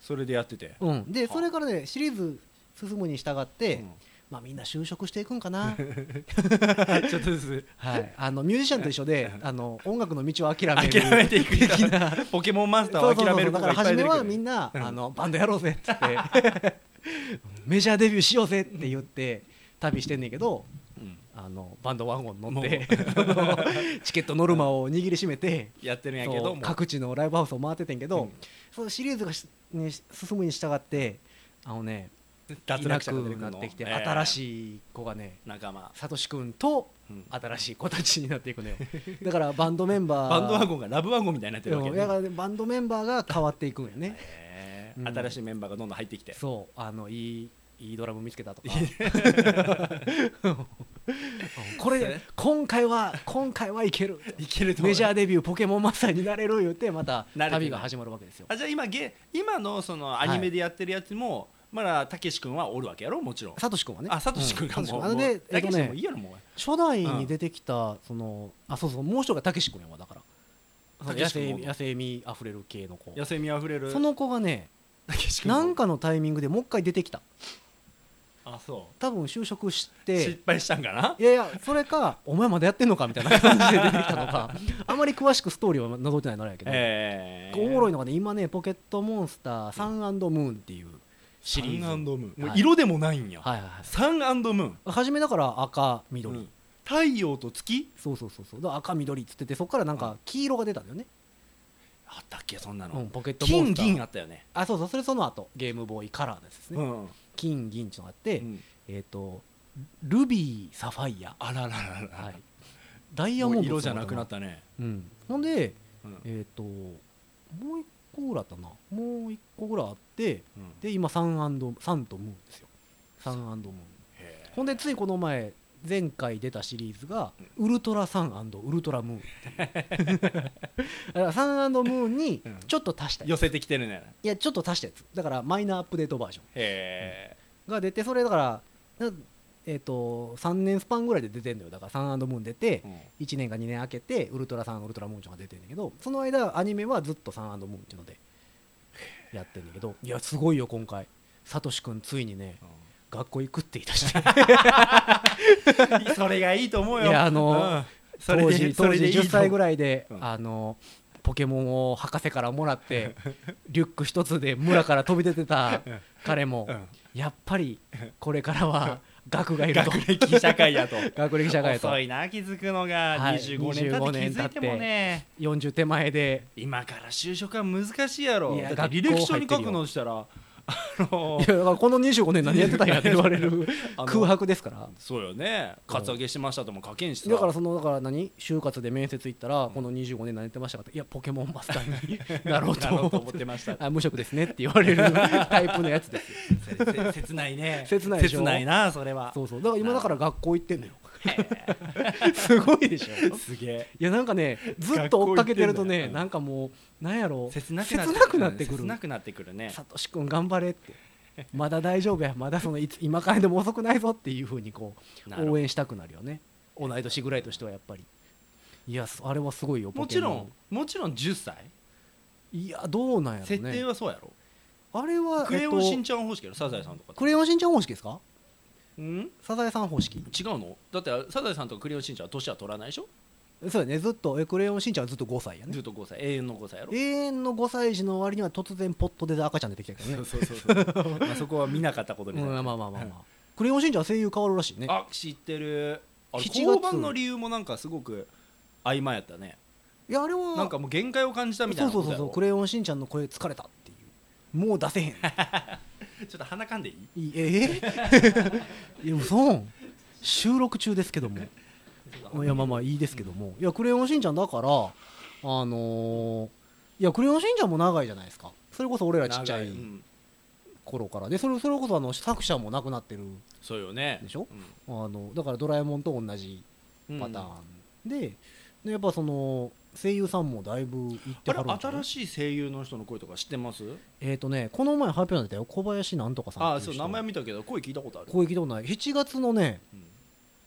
S3: それでやってて、
S2: うん。で、
S3: はあ
S2: それからね、シリーズ進むに従って、
S3: うん
S2: まあ、みんな就職していくんかな、
S3: ちょっとず
S2: はい、 あのミュージシャンと一緒であの音楽の道を諦め
S3: つ
S2: る
S3: 諦めていく
S2: 的な
S3: ポケモンマスター
S2: そう
S3: を
S2: そうそ
S3: 諦
S2: う
S3: める
S2: だ
S3: 子
S2: か
S3: がい
S2: ら
S3: っぱ
S2: 初
S3: い出て
S2: め
S3: く
S2: は
S3: る
S2: みんな
S3: うん
S2: あのバンドやろうぜっつって メジャーデビューしようぜって言って旅してんねんけど
S3: うん
S2: あのバンドワゴン乗ってその チケットノルマを握りしめて。
S3: やってるんやけ
S2: そ
S3: ど
S2: う
S3: も
S2: 各地のライブハウスを回っててんけど、
S3: うん
S2: そのシリーズがしに進むに従ってあのねい
S3: 脱
S2: な
S3: 落
S2: く
S3: 者が出てく
S2: な
S3: るの
S2: ってきて、
S3: ええ
S2: 新しい子がね
S3: 仲間、
S2: サトシ君と
S3: うん
S2: 新しい子たちになっていく のよだからバンドメンバー
S3: バンドワゴンがラブワゴンみたいになってるわけ
S2: うんだか
S3: ね
S2: らバンドメンバーが変わっていくんよね
S3: へ
S2: うん
S3: ー新しいメンバーがどんどん入ってきて
S2: そうあのいいいいドラム見つけたとか こ
S3: そう
S2: れ
S3: ね
S2: 今回は今回はいける
S3: いけると思う
S2: メジャーデビューポケモンマスターになれる言ってまた
S3: 慣れてない
S2: 旅が始まるわけですよ
S3: あじゃあ今げ今のそのアニメでやってるやつも、まだたけし君はおるわけやろもちろん
S2: サトシ君はね
S3: あサトシ君
S2: う
S3: が
S2: んサト
S3: もう
S2: シ君あので
S3: もう
S2: え
S3: た
S2: っと
S3: けしもい
S2: ね
S3: いやろもう
S2: 初代に出てきたそのあそうそうもう一人がたけし君やわだからその野
S3: たけし
S2: 生
S3: 君も
S2: 野生味あふれる系の子
S3: 野生味あふれる
S2: その子がね
S3: たけし君も
S2: なんかのタイミングでもう一回出てきた
S3: あそ
S2: 多分就職し
S3: う
S2: て
S3: 失敗したんかない
S2: やいやそれかお前まだやってんのかみたい な感じで出てきたのかあまり詳しくストーリーは覗いてないのあれやけど、
S3: ええ
S2: おもろいのがね今ね「ポケットモンスターサンムーン」っていうシリーズ
S3: サンムーンもう
S2: はい
S3: 色でもないんや、
S2: はいはいはい
S3: サンムーン、
S2: 初めだから赤緑、
S3: うん太陽と月
S2: そうそうそうそうだから赤緑っつっててそこからなんか黄色が出たんだよね、
S3: あったっけそんなの、
S2: うん、ポケットモ
S3: 金
S2: ンスター
S3: 銀あったよね
S2: あそうそうそれその後ゲームボーイカラーですね、
S3: うん、
S2: 金銀っていうのがあって、
S3: うん
S2: えっ、とルビーサファイア、
S3: あらららら、
S2: はい、ダイヤ
S3: も
S2: モンド、
S3: う色じゃなくなったたね、
S2: うん、ほんで
S3: うん
S2: えっ、ともう一個ぐらいあったなもう一個ぐらいあって
S3: うん
S2: で今サンサンとムーンですよサンムーン
S3: へえ
S2: ほんでついこの前前回出たシリーズが「ウルトラサンウルトラムーン」 だからサンムーンにちょっと足したや
S3: 寄
S2: つ
S3: せてきてるね
S2: いやちょっと足したやつだからマイナーアップデートバージョ
S3: へ
S2: ンが出てそれだからなえっと3年スパンぐらいで出てんのよだからサンムーン出て
S3: え
S2: 1年か2年空けてウルトラサンウルトラムーンちゃんが出てんだけどその間アニメはずっとサンムーンっていうのでやってんだけどいやすごいよ今回サトシ君ついにね学校行くって言い出して
S3: うん それがいいと思うよ
S2: いやあの
S3: うん それ
S2: 当
S3: で
S2: 時
S3: そ
S2: 当
S3: れ
S2: 時
S3: でいいと
S2: 10
S3: 思う
S2: 歳ぐらいで、
S3: うん
S2: あのポケモンを博士からもらって リュック一つで村から飛び出てた彼も、
S3: うん
S2: やっぱりこれからは学がいると
S3: 学歴社会やと
S2: 学 歴社会と
S3: 遅いな気づくのが
S2: はい
S3: 25年経って気づいてもね
S2: 40手前で
S3: 今から就職は難しいやろ
S2: いや
S3: だって履歴書に書くのしたらあ
S2: い
S3: の
S2: やだからこの25年何やってたんやって言われる
S3: あの
S2: 空白ですから
S3: そうよねカツアゲしてましたとも書けんしさ
S2: だからそのだから何就活で面接行ったらこの25年何やってましたかっていやポケモンマスターになろうと
S3: なろうと
S2: 思
S3: 思
S2: っ
S3: っててました
S2: あ無職ですねって言われる タイプのやつです
S3: せ切ないね
S2: 切ないでしょ
S3: 切ないなそれは
S2: そうそうだから今だから学校行ってんのよすごいでしょ
S3: すげえ
S2: いやなんかねずっと追っかけてると
S3: 学校行って
S2: ね
S3: んだよ
S2: なんかもうなんやろ
S3: 切なくなって
S2: くなってくる
S3: 切なくなってくるね
S2: サトシ君頑張れってまだ大丈夫やまだそのいつ今からでも遅くないぞっていうふうにこ
S3: なるほ
S2: う
S3: ど
S2: 応援したくなるよね同い年ぐらいとしてはやっぱりいやそあれはすごいよ
S3: も
S2: ポケ
S3: ち
S2: モ
S3: ろ
S2: ン
S3: んもちろん10歳
S2: いやどうなんやろ
S3: 設定
S2: ね
S3: はそうやろ
S2: あれは
S3: クレヨンしん
S2: えっ
S3: ちゃん方式やろサザエさんとか
S2: とクレヨンしんちゃん方式ですか
S3: うん
S2: サザエさん方式
S3: 違うのだってサザエさんとクレヨンしんちゃんは年は取らないでしょ
S2: そうやねずっとえクレヨンしんちゃんはずっと5歳やね
S3: ずっと5歳永遠の5歳やろ
S2: 永遠の5歳児の割には突然ポットで赤ちゃん出てきたけどね
S3: そうそうそう まあそこは見なかったこと
S2: う
S3: に
S2: んまあ
S3: なる
S2: まあまあまあクレヨンしんちゃんは声優変わるらしいね
S3: あ知ってるあれ
S2: 7月
S3: 降板の理由もなんかすごく曖昧やったね
S2: いやあれは
S3: なんかもう限界を感じたみたい
S2: そうそう
S3: なこと
S2: そう
S3: や
S2: そう
S3: ろ
S2: クレヨンしんちゃんの声疲れたっていうもう出せへん
S3: ちょっと鼻かんでいい
S2: いいええ いや嘘収録中ですけどもいやまあまあいいですけどもいやクレヨンしんちゃんだからあのーいやクレヨンしんちゃんも長いじゃないですかそれこそ俺らちっちゃ
S3: 長、
S2: いう
S3: ん
S2: 頃からでそれそれこそあの作者も亡くなってる
S3: そうよね
S2: でしょあのだからドラえもんと同じ
S3: うん
S2: パターンで,、でやっぱその声優さんもだいぶいって
S3: あ
S2: はるん
S3: れ
S2: ちゃう
S3: 新しい声優の人の声とか知ってます
S2: えっ、とねこの前発表になったよ小林なんとかさん
S3: あ
S2: っ
S3: あ
S2: てい
S3: そうう
S2: 人
S3: 名前見たけど声聞いたことある
S2: こういうことない7月のね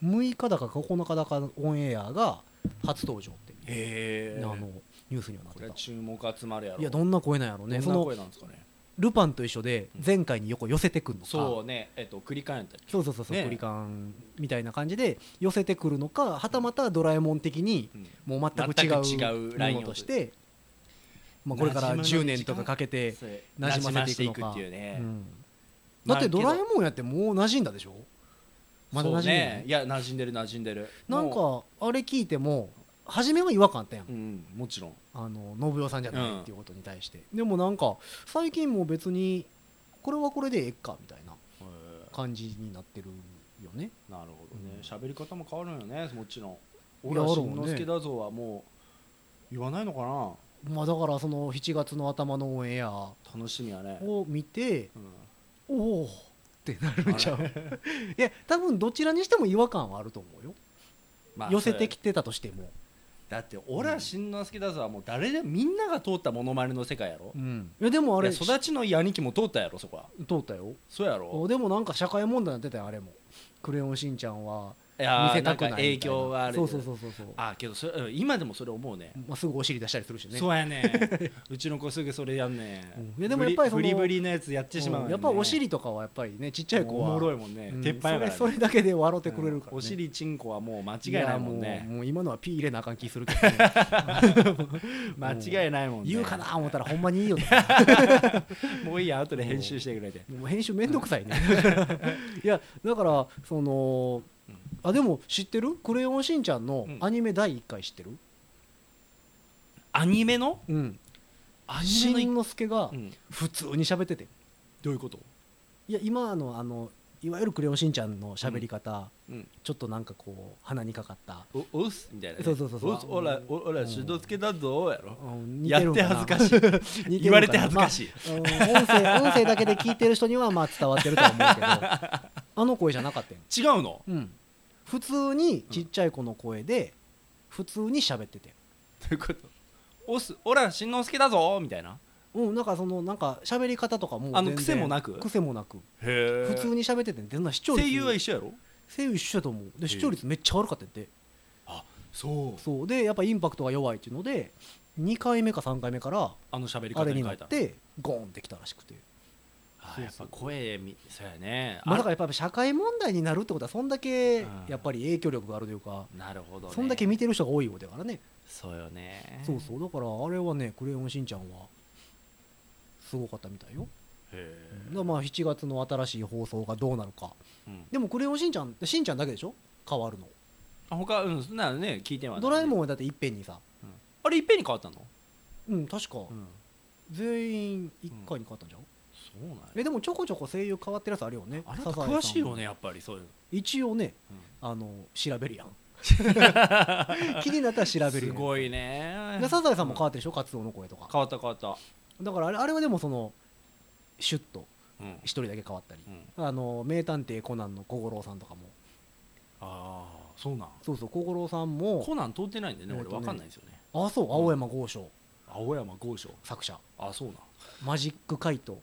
S3: うんへ
S2: 6日だか9日だかのオンエアが初登場って、
S3: え
S2: あのニュースにはなっ
S3: こ
S2: て
S3: れは
S2: た
S3: 注目集まるやろ
S2: いやどんな声なんやろうねそ
S3: どんな
S2: の
S3: 声なんですかね
S2: ルパンと一緒で前回に横寄せてくるのか、
S3: そうねえっと繰り返ったっけ
S2: そうそうそうそう、
S3: ね
S2: クリカンみたいな感じで寄せてくるのかはたまたドラえもん的に
S3: うん
S2: もう全く違
S3: 全く
S2: う
S3: 違う
S2: ラ
S3: ラ
S2: イ
S3: イン
S2: ン
S3: を
S2: として、まあ、これから
S3: 馴染
S2: 10
S3: むのに
S2: 年とかかけて、
S3: な
S2: 馴
S3: じ
S2: 染ま
S3: ま
S2: せて
S3: せて
S2: い
S3: い
S2: く
S3: く
S2: のか
S3: っていう
S2: う
S3: ね
S2: ん、だってドラえ
S3: ん
S2: もんやってもう馴染んだでしょまだ馴染んでない、
S3: ねいや馴染んでる馴染んでる
S2: なん
S3: も
S2: かあれ聞いても初めは違和感あったやん
S3: ううんもちろん
S2: あの信代さんじゃないっていうことに対して、でもなんか最近もう別にこれはこれでええかみたいな感じになってるよね
S3: なるほど
S2: う
S3: ね
S2: ん
S3: 喋り方も変わるんよねもちろん
S2: い
S3: 俺
S2: や
S3: は
S2: ある
S3: し
S2: もんね
S3: んのすけだぞはもう言わないのかな
S2: まあだからその7月の頭のオンエア
S3: 楽しみやね
S2: を見て
S3: うん
S2: おおってなるんちゃう いや多分どちらにしても違和感はあると思うよ、
S3: まあ
S2: 寄せてきてたとしても、
S3: だって俺はしんのすけだぞはもう誰でもみんなが通ったモノマネの世界やろ
S2: うん、いやでもあ
S3: あ
S2: れ
S3: れ育ちのいい兄貴も通ったやろそこは
S2: 通ったよ
S3: そうやろ
S2: でもなんか社会問題になってたよあれも「クレヨンしんちゃん」はい見
S3: や
S2: せ
S3: ーな
S2: た
S3: ん
S2: くな
S3: か
S2: いみたいな
S3: 影響はある
S2: そうそうそうそうそう
S3: あけどそれうん今でもそれ思うね
S2: まあ、すぐお尻出したりするしね
S3: そうやね うちの子すぐそれやんね
S2: うんいやでもやっぱりその
S3: ブリブリブリのやつやってしまうよね
S2: やっぱお尻とかはやっぱりねちっちゃい子
S3: お
S2: は
S3: もろいもんね
S2: うん
S3: 鉄板やからね
S2: それそれだけで笑ってくれるから、ね
S3: うんお尻チンコはもう間違いないもん
S2: や
S3: ね
S2: もうもう今のはピー入れなあかん気するけど、 ね、もう
S3: 間違いないもんね
S2: 言うかな思ったらほんまにいいよね
S3: もういいや後で編集してくれて
S2: もう編集めんどくさ いねいやだからそのあでも知ってる「クレヨンしんちゃん」のアニメ第1回知ってる
S3: アニメの
S2: うん
S3: ア
S2: し
S3: ニメ
S2: ん
S3: の
S2: のすけが
S3: うん
S2: 普通に喋ってて
S3: どういうこと
S2: いや今のあのいわゆる「クレヨンしんちゃん」の喋り方、
S3: うん
S2: ちょっとなんかこう鼻にかかった
S3: おおすみたいなね
S2: そうそうそうそう
S3: おすおらおおらしどつけだぞやろ
S2: うん似
S3: や
S2: てる
S3: っ
S2: ん
S3: て
S2: かな
S3: 恥ずかし い
S2: 似
S3: 言われて恥ずか
S2: い、
S3: しい
S2: まあうん音 声音声だけで聞いてる人にはまあ伝わってるとは思うけどあの声じゃなかったよ、
S3: 違うの
S2: うん、普通にちっちゃい子の声で普通に喋ってて
S3: どういうことおすおらしんのすけだぞみたいな
S2: うんなんかそのなんか喋り方とかも全然
S3: あの癖もなく
S2: 癖もなく
S3: へ
S2: 普通に喋っててでそんな視聴率
S3: 声優は一緒やろ
S2: 声優一緒やと思うで視聴率めっちゃ悪かったって
S3: そう
S2: そうでやっぱインパクトが弱いっていうので2回目か3回目から
S3: あの喋り
S2: あ
S3: 方
S2: れ
S3: に
S2: に
S3: 変
S2: な
S3: え
S2: ったてゴーンってきたらしくて
S3: あ
S2: そう
S3: やっぱ声みそうやね
S2: まあだから
S3: ら
S2: やっぱ社会問題になるってことはそんだけ
S3: うん
S2: やっぱり影響力があるというか
S3: なるほどね
S2: そんだけ見てる人が多いようだからね
S3: そうよね
S2: そうそうだからあれはね「クレヨンしんちゃん」はすごかったみたいよ
S3: へ
S2: だ
S3: え
S2: からまあ7月の新しい放送がどうなるか
S3: うん
S2: でも「クレヨンしんちゃん」しんちゃんだけでしょ変わるの
S3: あ他うんそんなのね聞いてはない
S2: ドラえもんはだっていっぺんにさ
S3: あれいっぺんに変わったの
S2: うん確か
S3: ん
S2: 全員1回に変わったんじゃん
S3: そうなんや
S2: えでもちょこちょこ声優変わってるやつあるよね
S3: あれ
S2: サザエさん
S3: 詳しいよねやっぱりそういうの
S2: 一応ね
S3: うん
S2: あの調べる やん気になったら調べる
S3: す
S2: やん
S3: ごいね
S2: でサザエさんも変わってるでしょ、カツオの声とか
S3: 変わった変わった
S2: だからあれあれはでもそのシュッと
S3: うん
S2: 一人だけ変わったり
S3: う、ん
S2: あの名探偵コナンの小五郎さんとかも
S3: ああそうなん
S2: そうそう小五郎さんも
S3: コナン通ってないんでね
S2: え
S3: 俺
S2: っとね
S3: わかんないんですよね
S2: あそう青山剛昌
S3: 青山豪昌
S2: 作者
S3: あそうなん
S2: マジック怪盗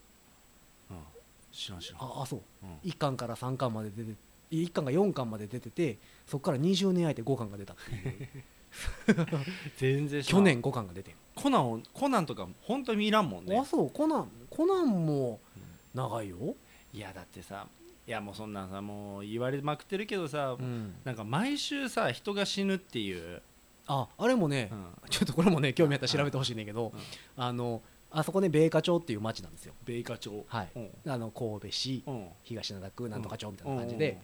S3: うん知らん知らん
S2: ああそう
S3: うん
S2: 1巻から3巻まで出て1巻が4巻まで出ててそこから20年空いて5巻が出たっていう
S3: 全然知ら
S2: 去
S3: ん
S2: 年5巻が出てる
S3: コナンをコナンとか本当に見らんもんね
S2: あそうコナンコナンも長いよ、
S3: いやだってさいやもうそんなんさもう言われまくってるけどさ、
S2: うん
S3: なんか毎週さ人が死ぬっていう、
S2: ああれもね、
S3: うん
S2: ちょっとこれもね興味あったら調べてほしいねんだけど、
S3: うん
S2: あのあそこね米花町っていう町なんですよ
S3: 米花町
S2: はい
S3: うん
S2: あの神戸市
S3: うん
S2: 東灘区なんとか町みたいな感じで、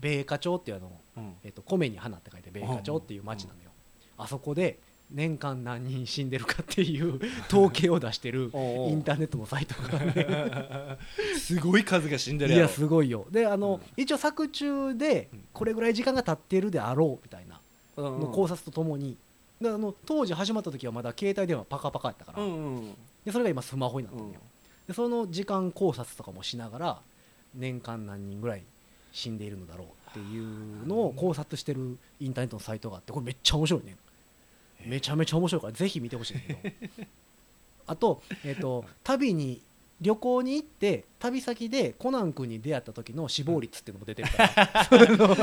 S2: 米花町っていうあの、
S3: うんうん
S2: えっと米に花って書いて米花町っていう町なのよ、あそこで年間何人死んでるかっていう統計を出してる
S3: おうおう
S2: インターネットのサイトがあるね
S3: すごい数が死んで
S2: い
S3: るや
S2: や
S3: ろ
S2: すごいよであの、
S3: う
S2: 一応作中で
S3: うん
S2: これぐらい時間が経ってるであろうみたいな
S3: うんうん
S2: の考察とともに、であの当時始まった時はまだ携帯電話パカパカやったから、
S3: うんうん
S2: でそれが今スマホになってる
S3: うん
S2: んよ、でその時間考察とかもしながら年間何人ぐらい死んでいるのだろうっていうのを考察してるインターネットのサイトがあってこれめっちゃ面白いねめちゃめちゃ面白いからぜひ見てほしいんだけど あと,、えっと旅に旅行に行って旅先でコナン君に出会った時の死亡率っていうのも出てるか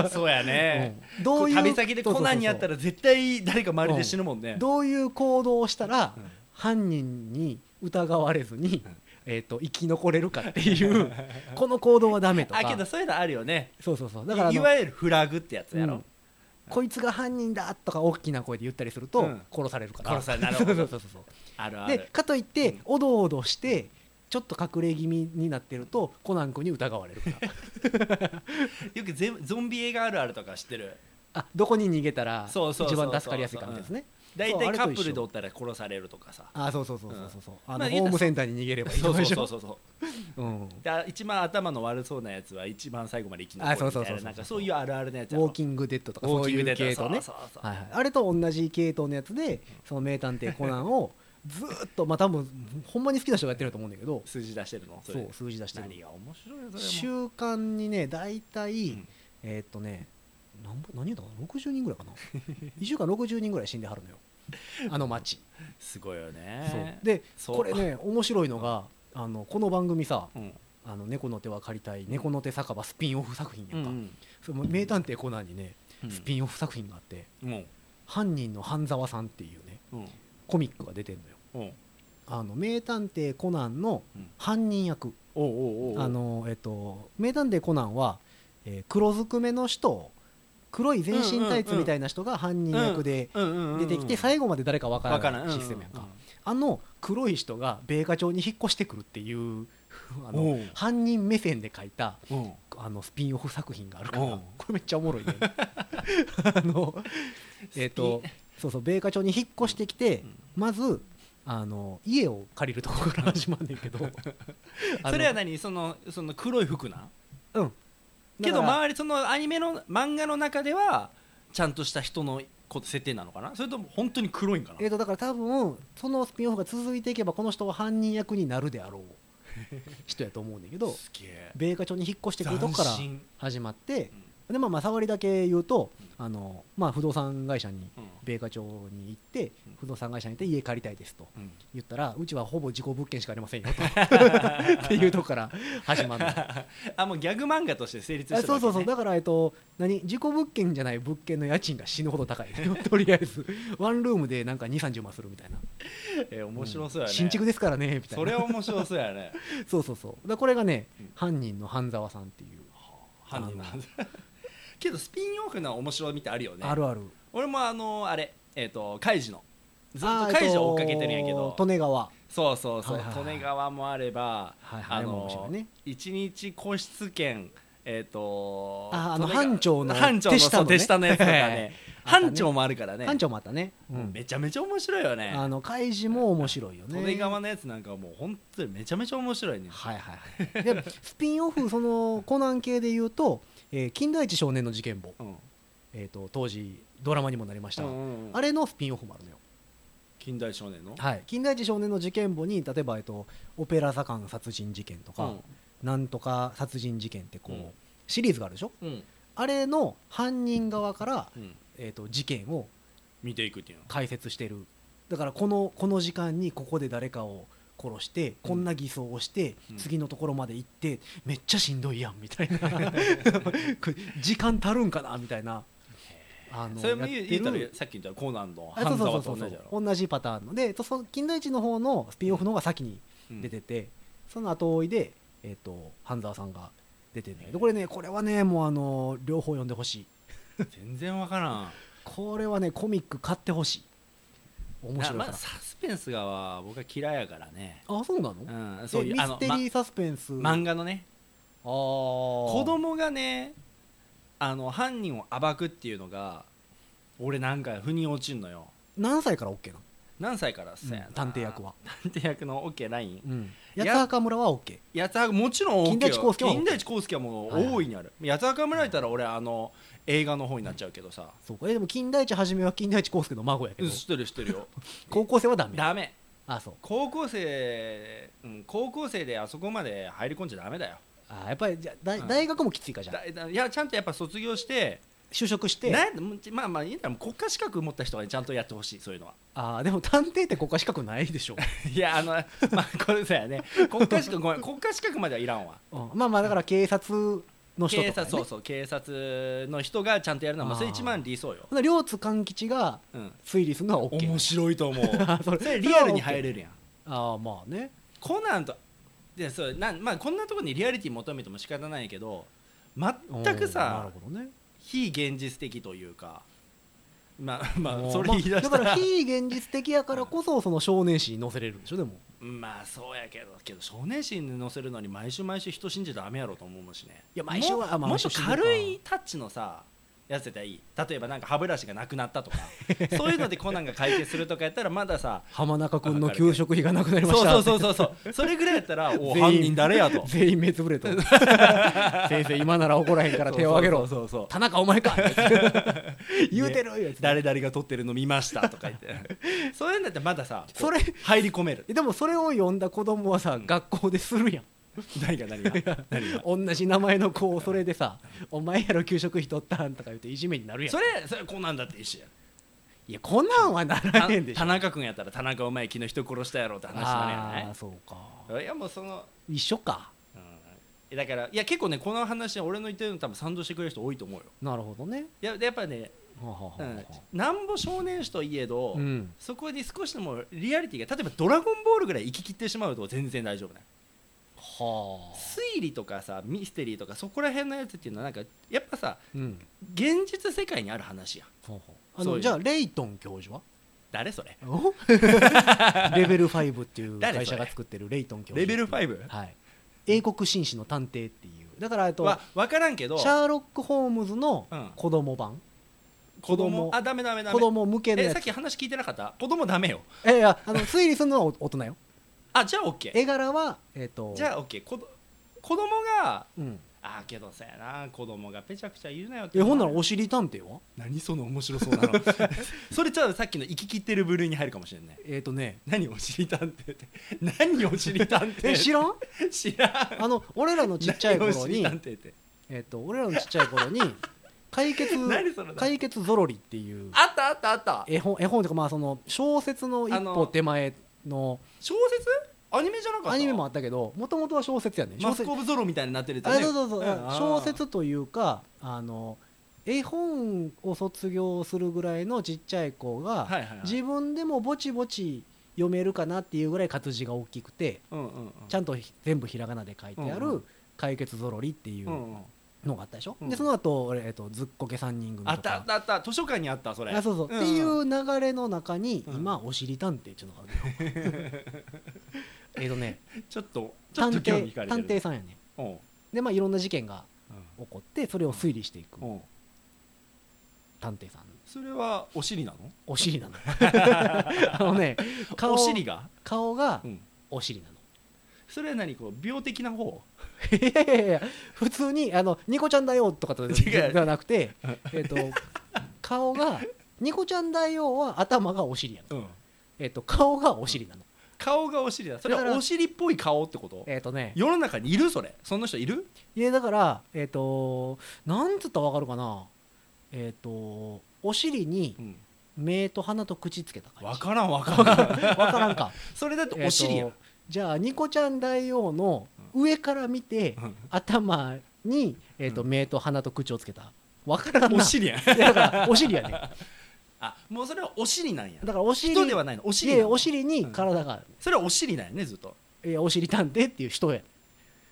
S2: ら、
S3: そうやね、
S2: うんどういう
S3: 旅先でコナンに会った
S2: ら
S3: ら絶対誰か周りで死ぬもんね、
S2: どういう行動をしたら、
S3: うん
S2: 犯人に疑われずに
S3: うん、
S2: えー、と生き残れるかっていうこの行動はダメとか
S3: あけどそういうのあるよね
S2: そうそうそうだからあ
S3: いい
S2: の
S3: わゆるフラグってやつやろ、
S2: うんこいつが犯人だとか大きな声で言ったりすると、
S3: うん
S2: 殺されるから
S3: 殺されるなる
S2: そ
S3: ほ
S2: う
S3: ど
S2: そうそうそう
S3: あるあ
S2: で
S3: る
S2: かといって、
S3: うん
S2: おどおどしてちょっと隠れ気味になってるとコナン君に疑われるから
S3: よくゼゾンビ映画あるあるとか知ってる
S2: あどこに逃げたら
S3: そうそうそ
S2: 一
S3: うそう
S2: 番助かりやすい感じですね
S3: 大
S2: そうあ
S3: 体
S2: れ
S3: カ
S2: と一緒
S3: ップルでおったら殺されるとかさ
S2: あそうそうそうそうそうそうあの、
S3: まあ言うたら
S2: ホームセンターに逃げればいい
S3: そう
S2: とかで
S3: そう
S2: しょ
S3: そうそうそう
S2: うん
S3: だ一番頭の悪そうなやつは一番最後まで生き残
S2: あ
S3: る
S2: そう
S3: み
S2: そう
S3: た
S2: そ
S3: い
S2: そ
S3: うな
S2: う
S3: なんかそういうあるあるのやつ
S2: ウ
S3: やろ
S2: ォーキングデッドとか
S3: ウォ
S2: そ
S3: ー
S2: う
S3: キン
S2: い
S3: グ
S2: う
S3: デッド
S2: 系統ね
S3: そうそうそう
S2: はいはい、あれと同じ系統のやつでその名探偵コナンをずーっとまあ多分ほんまに好きな人がやってると思うんだけど
S3: 数字出してるの
S2: そ
S3: れ
S2: う数字出してる
S3: 何が面白いよそれも
S2: 週間にね大体、
S3: うん
S2: えーっとねなんぼ何言うたかな60人ぐらいか な1週間60人ぐらい死んではるのよあの町、
S3: すごいよ
S2: そう
S3: ね
S2: で
S3: そう
S2: これね面白いのがあのこの番組さ
S3: うん
S2: 「あの猫の手は借りたい猫の手酒場」スピンオフ作品や
S3: うんん
S2: か、
S3: うん
S2: それも名探偵コナンにね
S3: うん
S2: スピンオフ作品があって、
S3: うん
S2: 犯人の半沢さんっていうね
S3: うん
S2: コミックが出てんのよ
S3: うん
S2: あの名探偵コナンの
S3: うん
S2: 犯人役、
S3: おうおうおう
S2: あのえっと名探偵コナンは、えー黒ずくめの人を黒い全身タイツみたいな人が犯人役で
S3: うんうんうんうん
S2: 出てきて最後まで誰かわ
S3: わ
S2: か
S3: から
S2: ら
S3: ん
S2: ないシステムやんか、
S3: うんうん
S2: あの黒い人が米花町に引っ越してくるっていう あ
S3: お
S2: の
S3: う
S2: 犯人目線で書いた
S3: うんうん
S2: あのスピンオフ作品があるから
S3: おう
S2: これめっちゃおもろいね あのえっ、とそうそう米花町に引っ越してきて、
S3: うん
S2: まずあの家を借りるとこから始まんねんけ どあの
S3: それは何そのその黒い服なん
S2: うん
S3: け
S2: だ
S3: ど
S2: から
S3: 周りそのアニメの漫画の中ではちゃんとした人のこと設定なのかなそれとも本当に黒いんかな
S2: えー、とだから多分そのスピンオフが続いていけばこの人は犯人役になるであろう 人やと思うんだけど
S3: すげえ
S2: 米花町に引っ越してくるとこから
S3: 斬新
S2: 始まって
S3: うん
S2: でまあまあ触りだけ言うとあの、まあ、不動産会社に
S3: うん
S2: 米花町に行って
S3: うん
S2: 不動産会社に行って家借りたいですと
S3: うん
S2: 言ったらうちはほぼ事故物件しかありません よとっていうとこから始まる
S3: あもうギャグ漫画として成立した
S2: あ
S3: わけ
S2: そ
S3: ね
S2: うそうそうだからえっと何事故物件じゃない物件の家賃が死ぬほど高い とりあえずワンルームでなんか2 3 0万するみたいな
S3: えー面白そうやね、
S2: 新築ですからねみたいな
S3: それ面白そう やね
S2: そうそうそうだからこれがね、
S3: うん
S2: 犯人の半沢さんっていう、
S3: 犯人の話けどスピンオフな面白みってあるよね
S2: あるある
S3: 俺もあのあれえっ、とカイジのずっ
S2: あー
S3: と
S2: え
S3: カイジ
S2: と
S3: を追っかけてるんやけど
S2: 利根川
S3: そうそうそう、
S2: はいはいはい
S3: 利根川もあれば、
S2: はいはい
S3: あ
S2: 面白
S3: の
S2: いね
S3: 一日個室券えっ、と
S2: あーあの
S3: 利根川
S2: 班長の
S3: 班長の
S2: 手下のね
S3: そう手下のや つとか
S2: はいはいはい
S3: ね班長もあるからね
S2: 班長もあったね、う
S3: うん
S2: ん
S3: めちゃめちゃ面白いよね
S2: あの開示も面白いよね
S3: 利根川のやつなんかはもう本当にめちゃめちゃ面白いね
S2: はいはいはいでスピンオフそのコナン系で言うと「えー金田一少年の事件簿
S3: うん、」
S2: えー、と当時ドラマにもなりました、
S3: うんうん
S2: あれのスピンオフもあるのよ、
S3: 近代少年の、
S2: はい、金田一少年の事件簿に例えば、えっとオペラ座館殺人事件とか、なんとか殺人事件ってこう、
S3: うん
S2: シリーズがあるでしょ
S3: うんうん
S2: あれの犯人側から、
S3: うん
S2: えー、と事件を
S3: 見ていくっていうの
S2: 解説してるだからこのこの時間にここで誰かを殺してこんな偽装をして、
S3: うん
S2: 次のところまで行ってめっちゃしんどいやんみたいな これ時間足るんかなみたいなあ
S3: それも
S2: や
S3: 言う
S2: って
S3: 言
S2: る
S3: うたらさっき言ったコーナンの
S2: あそう
S3: 半
S2: そ
S3: 沢
S2: うそ
S3: と
S2: う
S3: 同じ
S2: そ
S3: やろ
S2: う同じパターンのでそそ金田一の方のスピンオフの方が先に
S3: うん
S2: 出てて、その後追いで、えー、と半沢さんが出てるんだけどこれねこれはねもうあの両方読んでほしい
S3: 全然わからん
S2: これはねコミック買ってほしい面白い
S3: な
S2: か
S3: ま
S2: ら
S3: あ、サスペンスがは僕は嫌いやからね、
S2: あそうなの、
S3: うん、
S2: そ
S3: そうう
S2: ミ
S3: いうあの
S2: ステリーサスペンス、
S3: ま
S2: あ
S3: 漫画のね
S2: 子
S3: 子供がねあの犯人を暴くっていうのが俺なんか腑に落ちんのよ
S2: 何歳から OK なの、
S3: 何歳からっすやな、
S2: うん探偵役は、
S3: 探偵役の OK ライン
S2: うん、
S3: や
S2: 八坂村は OK
S3: 八つ墓もちろん OK よ
S2: 金田一耕助は OK
S3: 金田一耕助はもう大いにある、八つ墓村やったら俺あの映画の方になっちゃうけどさ、
S2: そうかえでも金田一はじめは金田一耕介の孫やけ
S3: う
S2: ど
S3: ん、知ってる知ってるよ
S2: 高校生はダメ
S3: ダメ
S2: あそう
S3: 高校生、うん、高校生であそこまで入り込んじゃダメだよ
S2: あやっぱりじゃあ大
S3: うん
S2: 大学もきついかじゃあ
S3: だだいやちゃんとやっぱ卒業して
S2: 就職して
S3: なまあまあいいんだろう国家資格持った人はねちゃんとやってほしいそういうのは
S2: あでも探偵って国家資格 ないでしょ、
S3: いやあのまあこれさや ね国家資格ごめん国家資格まではいらんわ
S2: うん、まあまあだから警察の人とか、ね、
S3: 警察そうそう警察の人がちゃんとやるのはもうそれ
S2: あー
S3: 一番理想よ、
S2: ほな両津勘吉が
S3: うん、
S2: 推理するのは OK
S3: 面白いと 思う
S2: それ
S3: それリアルに入れるやん
S2: ああまあね
S3: コナンとでそうなん、まあ、こんなところにリアリティ求めても仕方ないけど全くさ
S2: おーなる
S3: 非現実的というかまあ
S2: ほどね
S3: ま
S2: お
S3: あ
S2: ー
S3: それ言い出した
S2: まあだから
S3: ら
S2: 非現実的やからこそその少年誌に載せれるんでしょでも
S3: まあそうやけどけど少年誌に載せるのに毎週毎週人死んじゃダメやろと思うもんしね
S2: いや毎週は
S3: も
S2: あまあ
S3: もっ
S2: 毎週
S3: と
S2: 死んでるか
S3: 軽いタッチのさやつやったらいい例えばなんか歯ブラシがなくなった とかそういうのでコナンが解決するとかやったらまださ
S2: 浜中君の給食費がなくなりま
S3: そ
S2: し
S3: う
S2: た
S3: そうそうそうそうそれぐらいやったら お犯人誰やと
S2: 全員目つぶれ と先生今なら怒らへんから手を挙げろ
S3: そうそうそう
S2: 田中お前 か言うてるやつ
S3: 誰々が撮ってるの見ましたとか 言ってそういうんだってまださ
S2: それ
S3: こう入り込める
S2: でもそれを読んだ子供はさ学校でするやん
S3: 何が何が何が
S2: 同じ名前の子をそれでさ「お前やろ給食費取ったん」とか言っていじめになるやん
S3: それそれコナンだって一 緒や
S2: いやこんなんはならへんでしょ
S3: 田中君やったら田中お前昨日人殺したやろって話になる
S2: あ
S3: や
S2: ーそうか
S3: ないいやもうその、
S2: 一緒か
S3: うん、だからいや結構ねこの話俺の言ってるの多分賛同してくれる人多いと思うよ
S2: なるほどね
S3: いやでやっぱね、
S2: はあはあ
S3: う
S2: は
S3: ん、なんぼ少年誌といえど、
S2: あうん
S3: そこに少しでもリアリティが例えば「ドラゴンボール」ぐらい行き切ってしまうと全然大丈夫ね
S2: はあ
S3: 推理とかさミステリーとかそこら辺のやつっていうのはなんかやっぱさ
S2: うん
S3: 現実世界にある話や
S2: ほうほうあ
S3: そう
S2: の
S3: いう
S2: じゃあレイトン教授は
S3: 誰それ
S2: レベル5っていう
S3: 誰そ
S2: 会
S3: れ
S2: 社が作ってるレイトン教授
S3: レベル 5?
S2: はい英国紳士の探偵っていうだからえっと
S3: は分からんけど
S2: シャーロック・ホームズの
S3: うん
S2: 子供版、
S3: 子供あダメダメダメ
S2: 子供向けの
S3: え
S2: や
S3: さっ
S2: つ
S3: き話聞いてなかった子供ダメよ
S2: えいやあの推理するのは大人よ
S3: あじゃあ OK
S2: 絵柄はえっ、と
S3: じゃあ OK 子ど子供が
S2: うん
S3: あーけどさやな子供がぺちゃくちゃ言うなよって
S2: えほんならお尻探偵は
S3: 何その面白そうなの それちょっとさっきの行き切ってる部類に入るかもしれない
S2: えっ、とね
S3: 何お尻探偵って何お尻探偵
S2: え知 らん
S3: 知らん
S2: あの俺らのちっちゃい頃に
S3: 何お尻探偵って
S2: えっ、と俺らのちっちゃい頃に解決
S3: 何それ
S2: 解決ゾロリっていう
S3: あったあったあった
S2: 絵本絵本というかまあその小説の一歩手前の
S3: 小説アニメじゃなかった
S2: アニメもあったけどもともとは小説やねん小
S3: マス
S2: 説
S3: コブゾロみたいになってるや
S2: あ
S3: つね
S2: そうそうそう、
S3: んあー
S2: 小説というかあの絵本を卒業するぐらいのちっちゃい子が、
S3: はいはいはい
S2: 自分でもぼちぼち読めるかなっていうぐらい活字が大きくて
S3: うんうんうん
S2: ちゃんとひ全部ひらがなで書いてあ
S3: うんう
S2: る「解決ぞろり」っていう
S3: うんうん
S2: のがあったでしょ、
S3: うん
S2: でその後俺、えっとずっこけ3人組とか
S3: あったあったあった図書館にあったそれ
S2: あそうそう、
S3: ん
S2: っていう流れの中に、
S3: うん
S2: 今おしり探偵っていうのがあるのよえっとね
S3: ちょっと ちょ
S2: 探
S3: っと興味惹
S2: 偵
S3: かれて
S2: 探
S3: る
S2: 偵さんやね
S3: 探偵
S2: でまあいろんな事件が起こってそれを推理していく
S3: うん
S2: 探偵さん
S3: それはお尻なの
S2: お尻 なのあのね顔
S3: お尻が
S2: 顔が
S3: うん
S2: お尻なの
S3: それは何こう病的な方
S2: いやいやいや普通にあの「ニコちゃんだよ」とかと
S3: 違
S2: で
S3: う
S2: はなくて、え っと顔が「ニコちゃんだよ」は頭がお尻やの、
S3: うん
S2: えっと顔がお尻なの
S3: 顔がお尻だそれ
S2: だか
S3: は
S2: ら
S3: お尻っぽい顔ってこと
S2: えっとね
S3: 世の中にいるそれそんな人いる
S2: いやだからえっ、となんつったらわかるかなえっ、とお尻に
S3: うん
S2: 目と鼻と口つけた感
S3: わ
S2: じ
S3: からんわ からん
S2: わからんか
S3: それだってお尻や
S2: えーとじゃあニコちゃん大王の上から見て、
S3: うん
S2: 頭に、えーと
S3: う
S2: 目と鼻と口をつけたわからんな
S3: お尻やん
S2: いやだからお尻やねだか
S3: あもうそれはお尻なんや
S2: らお尻
S3: 人ではないのお
S2: いやい
S3: 尻な
S2: や
S3: の
S2: お尻に体がある、
S3: それはお尻なんやねずっと
S2: いやお尻探偵っていう人や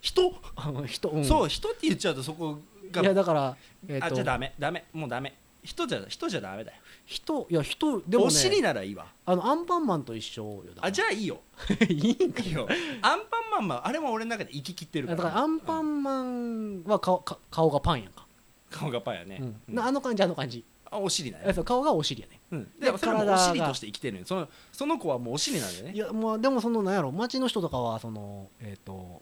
S3: 人
S2: あの人、うん
S3: そう人って言っちゃうとそこ
S2: いや
S3: が
S2: だからえっ、
S3: あじゃあ
S2: と
S3: ダメダメもうダメ人じゃ人じゃダメだよ
S2: 人いや人でも、ね、
S3: お尻ならいいわ
S2: あのアンパンマンと一緒よだから
S3: あじゃあいいよ
S2: いいんか
S3: いいよアンパンマンマンあれも俺の中で行き切ってるか
S2: だ
S3: ら
S2: からアンパ
S3: うん
S2: ンマンは顔か顔がパンやんか、
S3: 顔がパンやね
S2: うん
S3: うん
S2: なあの感じあの感じ、
S3: あお尻だ
S2: え
S3: よ
S2: そう顔がお尻やね
S3: うん
S2: で
S3: でもそれはもうお
S2: 体
S3: 尻
S2: が
S3: として生きてるのよそのその子はもうお尻なんだよ
S2: い
S3: ね
S2: やまあでもそのなんやろ町の人とかはそのえっ、と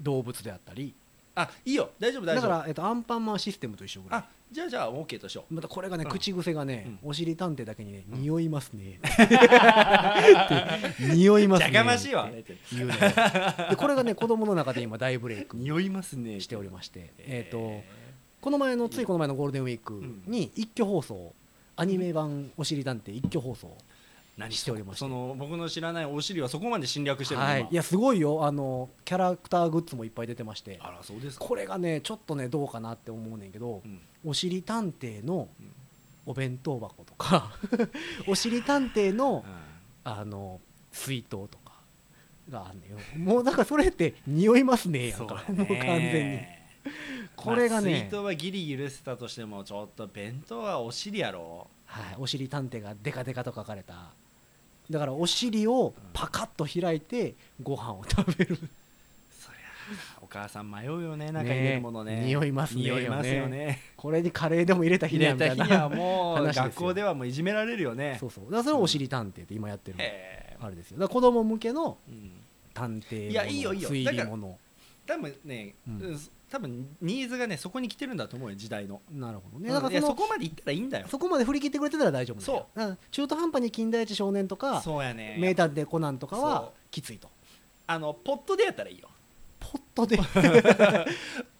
S2: 動物であったり
S3: あいいよ大丈夫大
S2: だ
S3: 丈
S2: か
S3: 夫
S2: ら、えっとアンパンマンシステムと一緒ぐらい
S3: あじゃあじゃあ OK としよう
S2: またこれがね、
S3: うん
S2: 口癖がね、お尻探偵だけにね、匂います ねって匂いますね
S3: じゃがましいわ
S2: って言うのよでこれがね子供の中で今大ブレイク
S3: 匂いますね
S2: しておりましてえっ、と、
S3: え
S2: この前のついこの前のゴールデンウィークに一挙放送、アニメ版お尻探偵一挙放送
S3: ー何
S2: しておりまして
S3: その僕の知らないお尻はそこまで侵略してるの
S2: はい
S3: 今
S2: いやすごいよあのキャラクターグッズもいっぱい出てまして
S3: あらそうですか
S2: これがねちょっとねどうかなって思うねんけど、
S3: うん
S2: おしり探偵のお弁当箱とか おしり探偵のあの水筒とかがあんねんよもうなんかそれって匂いますねやんか
S3: そうだ ね
S2: もう完全にこれが
S3: まあ水
S2: ね
S3: 筒、はギリ許せたとしてもちょっと弁当はお尻やろ
S2: はい、おしり探偵がデカデカと書かれただからお尻をパカッと開いてご飯を食 べる
S3: そりゃお母さん迷うよね中に入れるものね
S2: ね匂いますね
S3: 匂いますよね
S2: これにカレーでも入れた日
S3: 入
S2: にゃ
S3: れ
S2: みた
S3: た
S2: い
S3: 日
S2: な
S3: にはも う
S2: 話ですよ
S3: 学校ではもういじめられるよね
S2: そうそうだからそれをおしり探偵って今やってる
S3: へえ
S2: あれですよだから子供向けの
S3: うん
S2: 探偵
S3: いやいいよいいよ
S2: 推
S3: だ
S2: 理
S3: から
S2: もの
S3: 多分ね、
S2: うん
S3: うん多分ニーズがねそこに来てるんだと思うよ時代の、
S2: なるほど
S3: うん
S2: ねだから
S3: いや
S2: そ
S3: そ
S2: の
S3: こまで行ったらいいんだよ
S2: そこまで振り切ってくれてたら大丈夫なんだよ
S3: そ
S2: だから中途半端に近代一少年とか
S3: そうやね
S2: 名探偵コナンとか
S3: そ
S2: は
S3: う
S2: きついと
S3: あのポットでやったらいいよ
S2: ポット で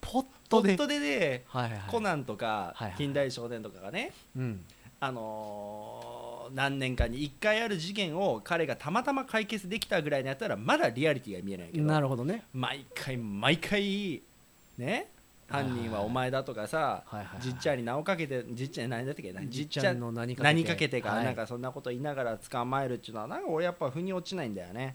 S2: ポッ
S3: ポ
S2: トで
S3: ットでで
S2: はいはいはい
S3: コナンとか
S2: はいはい
S3: 近代少年とかがね
S2: うん
S3: あのー何年かに1回ある事件を彼がたまたま解決できたぐらいのやったらまだリアリティが見えないけど
S2: なるほどね
S3: 毎回毎回ね犯人はお前だとかさ、
S2: はいはいはい
S3: じっちゃんに名をかけてじっちゃん何だったっけ
S2: じ
S3: じ
S2: っ
S3: っ
S2: ち
S3: ち
S2: ゃ
S3: ゃ
S2: ん
S3: ん
S2: の何かけて
S3: 何かけてか
S2: はい
S3: なんかそんなこと言いながら捕まえるっていうのはなんか俺やっぱ腑に落ちないんだよね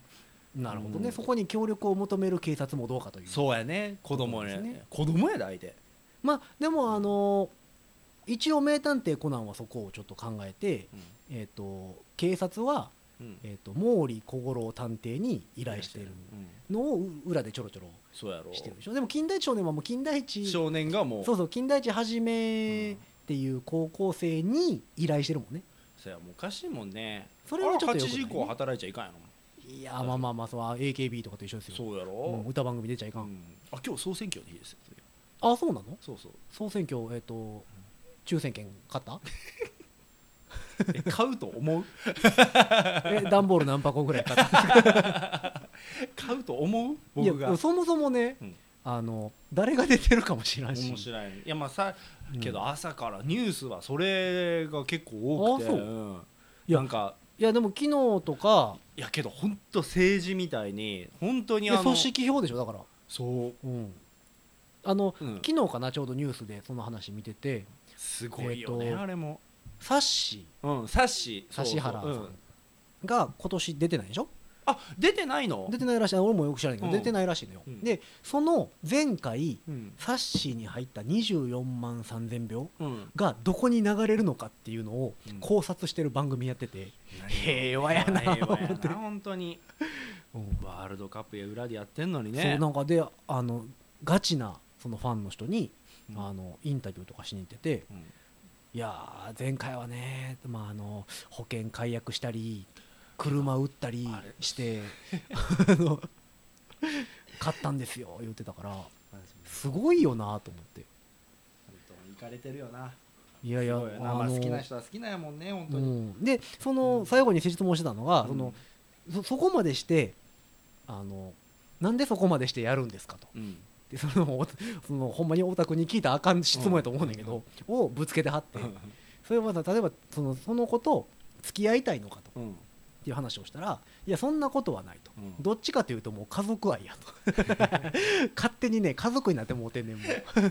S2: なるほどね
S3: うん
S2: そこに協力を求める警察もどうかという
S3: そうやね子供
S2: そう
S3: や
S2: ですね
S3: 子供やで相手
S2: まあでもあの一応名探偵コナンはそこをちょっと考えてえっと警察は
S3: うん
S2: えっと毛利小五郎探偵に依
S3: 依
S2: 頼してる
S3: うん
S2: のを裏でちょろちょろ
S3: そうやろ
S2: してるでしょでも金田一少年はもう金田一そ
S3: 少年がもう
S2: うそう金田一はじめ
S3: う
S2: っ
S3: ん
S2: ていう高校生に依頼してるもんね
S3: そやもうおかしいもんね
S2: それはちょっと
S3: あ
S2: 良くないね
S3: 8時以降働いちゃいかんやろ
S2: いやまあまあまあそう AKB とかと一緒ですよ
S3: そうや
S2: うん
S3: ろ
S2: 歌番組出ちゃいか、
S3: うんんあ今日総選挙の日ですよ
S2: あそうなの
S3: そうそう
S2: 総選挙えっ、と抽選券買った
S3: え買うと思う
S2: え段ボール何箱ぐらい買った
S3: 買うと思う
S2: いや
S3: 僕が
S2: そもそもね、
S3: うん
S2: あの誰が出てるかも知らんし
S3: 面白いねいやまあさ
S2: うん
S3: けど朝からニュースはそれが結構多くて
S2: あそうんいや
S3: なんか
S2: いやでも昨日とか
S3: いやけど本当政治みたいに本当
S2: い
S3: にあ
S2: や
S3: の
S2: 組織票でしょだから、
S3: そう、
S2: うん、あの
S3: うん、
S2: 昨日かなちょうどニュースでその話見てて
S3: すごいよね、
S2: えーと
S3: あれも
S2: サッシ
S3: うんサッシそうそう
S2: 指原さん
S3: うん
S2: が今年出てないでしょ
S3: あ出てないの
S2: 出てないらしい俺もよく知らないけど、
S3: うん
S2: 出てないらしいのよ、
S3: うん
S2: でその前回
S3: うん
S2: サッシーに入った24万3000票
S3: うん
S2: がどこに流れるのかっていうのを
S3: うん
S2: 考察してる番組やってて、平和やな
S3: 平和や
S2: 思って
S3: な本当にワールドカップや裏でやってんのに
S2: そう
S3: ね
S2: なんかであのガチなそのファンの人に、
S3: うん
S2: あのインタビューとかしに行ってて
S3: うん
S2: 「いやー前回はね、まあ、あの保険解約したり車売ったり
S3: あれ
S2: して あの買ったんですよ」言ってたからすごいよなと思って
S3: 本当に行かれてるよない
S2: やい
S3: す
S2: や
S3: ごいよなまあ好きな人は好きなんやもんね本当
S2: う
S3: に
S2: ん、でそ
S3: うん
S2: の最後に質問してたのが、
S3: うん
S2: そのそそこまでしてあのなんでそこまでしてやるんですかと
S3: うん
S2: でそのおそのほんまにオタクに聞いたらあかん質問やと思うねんだけど、をぶつけてはって、それはさ例えばそのその子と付き合いたいのかとっ
S3: うん
S2: ていう話をしたらいやそんなことはないと、
S3: うん
S2: どっちかというともう家族愛やと 勝手にね家族になってもうてんねんもう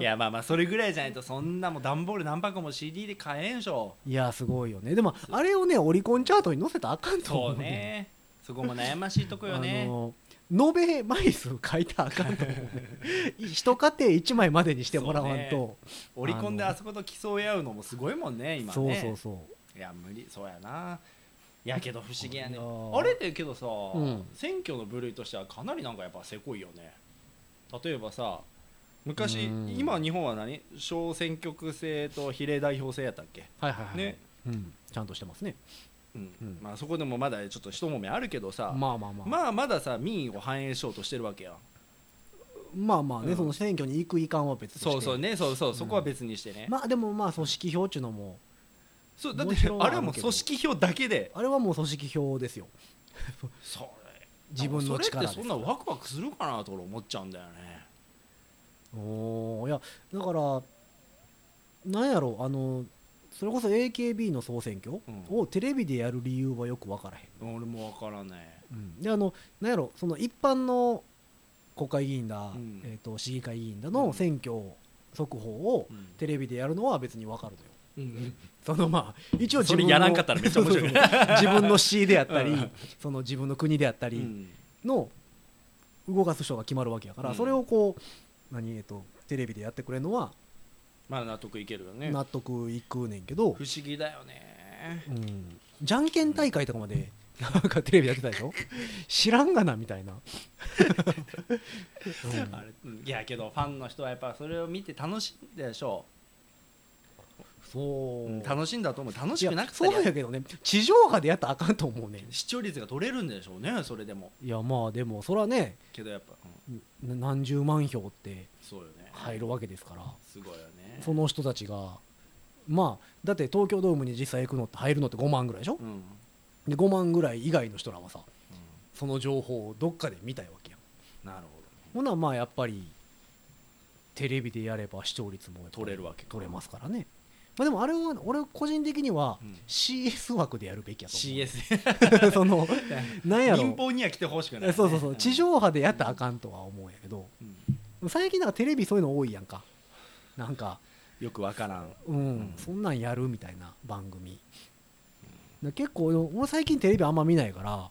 S3: いやまあまあそれぐらいじゃないとそんなもう段ボール何箱も CD で買えんしょ
S2: いやすごいよねでもあれをねオリコンチャートに載せたらあかんと思
S3: そうう
S2: ねん
S3: ねそこも悩ましいとこよ
S2: あ
S3: ね
S2: の延べ枚数書いたらあかんと思う ね一家庭一枚までにしてもらわんと
S3: 折り込んであそこと競い合うのもすごいもんね今ね
S2: そう,、そうそう
S3: いや無理そうやないやけど不思議やね
S2: いやー
S3: あれってけどさ、
S2: ん
S3: 選挙の部類としてはかなりなんかやっぱせこいよね例えばさ昔
S2: うん
S3: 今日本は何小選挙区制と比例代表制やったっけ、
S2: はいはいはい、
S3: ね
S2: うん、ちゃんとしてますね
S3: うん
S2: うん
S3: まあ、そこでもまだちょっと一揉めあるけどさ、
S2: まあまあまあまあ
S3: まあまださ民意を反映しようとしてるわけやん
S2: まあね、
S3: うん
S2: その選挙に行くいかんは別として
S3: そうそうねそうそうそこは
S2: うん
S3: 別にしてね、
S2: まあでもまあ組織票っちゅうのも
S3: そうだっ
S2: も
S3: て
S2: ちろん
S3: あれはも
S2: あ
S3: う
S2: るけど
S3: 組織票だけで
S2: あれはもう組織票ですよ
S3: それ
S2: 自分の力で
S3: そ
S2: す
S3: れってそんなワクワクするかなと俺思っちゃうんだよね
S2: おーいやだからなんやろあのそれこそ AKB の総選挙
S3: うん
S2: をテレビでやる理由はよく分からへん
S3: 俺も分からない
S2: であのなんやろその一般の国会議員だ、
S3: うん
S2: えー、と市議会議員だ
S3: うん
S2: の選挙速報を
S3: うん
S2: テレビでやるのは別にわかるのよ
S3: うん
S2: そのまあ一応自
S3: そ
S2: 分
S3: れ
S2: の
S3: やらん かったらめっちゃ面白
S2: そ
S3: い
S2: うそうそう自分の市であったり、
S3: うん
S2: その自分の国であった
S3: う
S2: り
S3: ん
S2: の動かす人が決まるわけやから、
S3: うん
S2: それをこう何えっ、とテレビでやってくれるのは
S3: まあ納得いけるよね
S2: 納得いくねんけど、
S3: 不思議だよね
S2: うんじゃんけん大会とかまでなんかテレビやってたでしょ知らんがなみ たいな、うん
S3: あれうんいやけどファンの人はやっぱそれを見て楽しんだでしょ
S2: そう、
S3: う、うん
S2: し
S3: 楽しんだと思う楽しくなくて
S2: そうやけどね地上波でやったらあかんと思うね
S3: 視聴率が取れるんでしょうねそれでも
S2: いやまあでもそれはね
S3: けどやっぱ、うん
S2: な何十万票って
S3: そうよね
S2: 入るわけですから
S3: すごいよね
S2: その人たちがまあだって東京ドームに実際行くのって入るのって5万ぐらいでしょ
S3: うん、うん
S2: で5万ぐらい以外の人らはさその情報をどっかで見たいわけやん
S3: なるほ
S2: ほなまあやっぱりテレビでやれば視聴率もやっぱり
S3: 取れるわけか
S2: 取れますからね、まあ、でもあれは俺個人的には
S3: どね、
S2: CS 枠でやるべきやと思う、
S3: CS
S2: そ のなんやろ
S3: 民放には来てほしくない、ね、
S2: そうそうそう地
S3: うん、
S2: 上波でやったらあかんとは思うんやけど
S3: うん
S2: 最近なんかテレビそういうの多いやんかなんか
S3: よくわからん
S2: うん、そんなんやるみたいな番組、な結構俺最近テレビあんま見ないから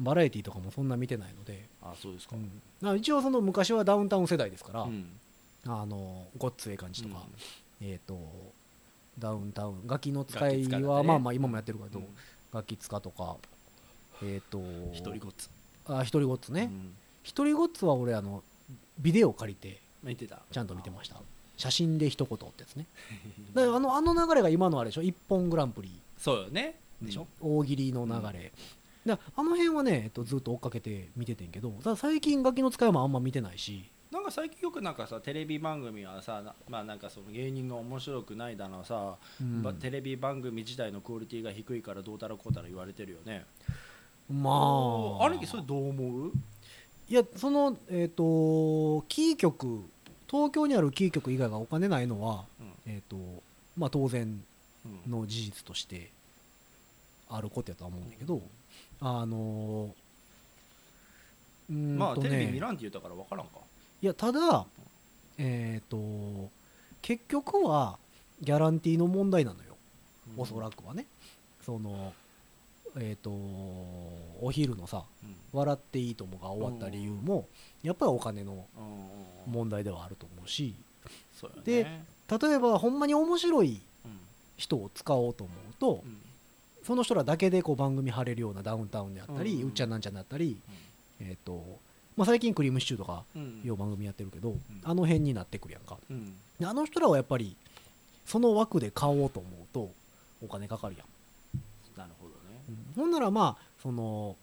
S2: バラエティとかもそんな見てないので、
S3: あそうです
S2: う
S3: か
S2: ん、だから一応その昔はダウンタウン世代ですから、
S3: うん
S2: あのごっつええ感じとか、
S3: うん
S2: えっ、とダウンタウンガキの使
S3: ガキ
S2: い
S3: 使いだ
S2: は
S3: ね
S2: まあまあ今もやってるけど、
S3: うん
S2: ガキ使とかえっ、と
S3: 一人ごっつ
S2: あ一人ごっつね、
S3: うん
S2: 一人ごっつは俺あのビデオ借りて
S3: 見てた
S2: ちゃんと見てました写真で一言ってやつねだからあのあの流れが今のあれでしょ「一本グランプリ
S3: そうよね」
S2: でしょ、大喜利の流れ、だからあの辺はね、えっと、ずっと追っかけて見ててんけどただ最近「ガキの使い」もあんま見てないし
S3: なんか最近よくなんかさテレビ番組はさなまあなんかその芸人が面白くないだのさ、
S2: うん
S3: ばテレビ番組自体のクオリティが低いからどうたらこうたら言われてるよね
S2: まあ
S3: あれそれどう思う
S2: いやそのえっ、とキー局東京にあるキー局以外がお金ないのは、
S3: うん
S2: えっ、とまあ当然
S3: うん
S2: の事実としてあることやとは思うんだけどあのうーん
S3: まあ
S2: と
S3: テ
S2: ね
S3: レビ見らんって言ったから分からんか
S2: いやただえっ、と結局はギャランティーの問題なのよおそらくはねそのえっ、とお昼のさ
S3: うん
S2: 「笑っていいとも」が終わった理由もやっぱりお金の
S3: うんうんうん
S2: 問題ではあると思うし
S3: そうや
S2: で
S3: ね
S2: 例えばほんまに面白い
S3: うん
S2: 人を使おうと思うと
S3: うん
S2: その人らだけでこう番組張れるようなダウンタウンであった
S3: うん
S2: り
S3: うんうん
S2: うっちゃんなんちゃんだったりえっとまあ最近「クリームシチュー」とか
S3: うん
S2: いう番組やってるけどあの辺になってくるやんか
S3: うん
S2: であの人らはやっぱりその枠で買おうと思うとお金かかるやん
S3: なるほどね
S2: うんほんならまあその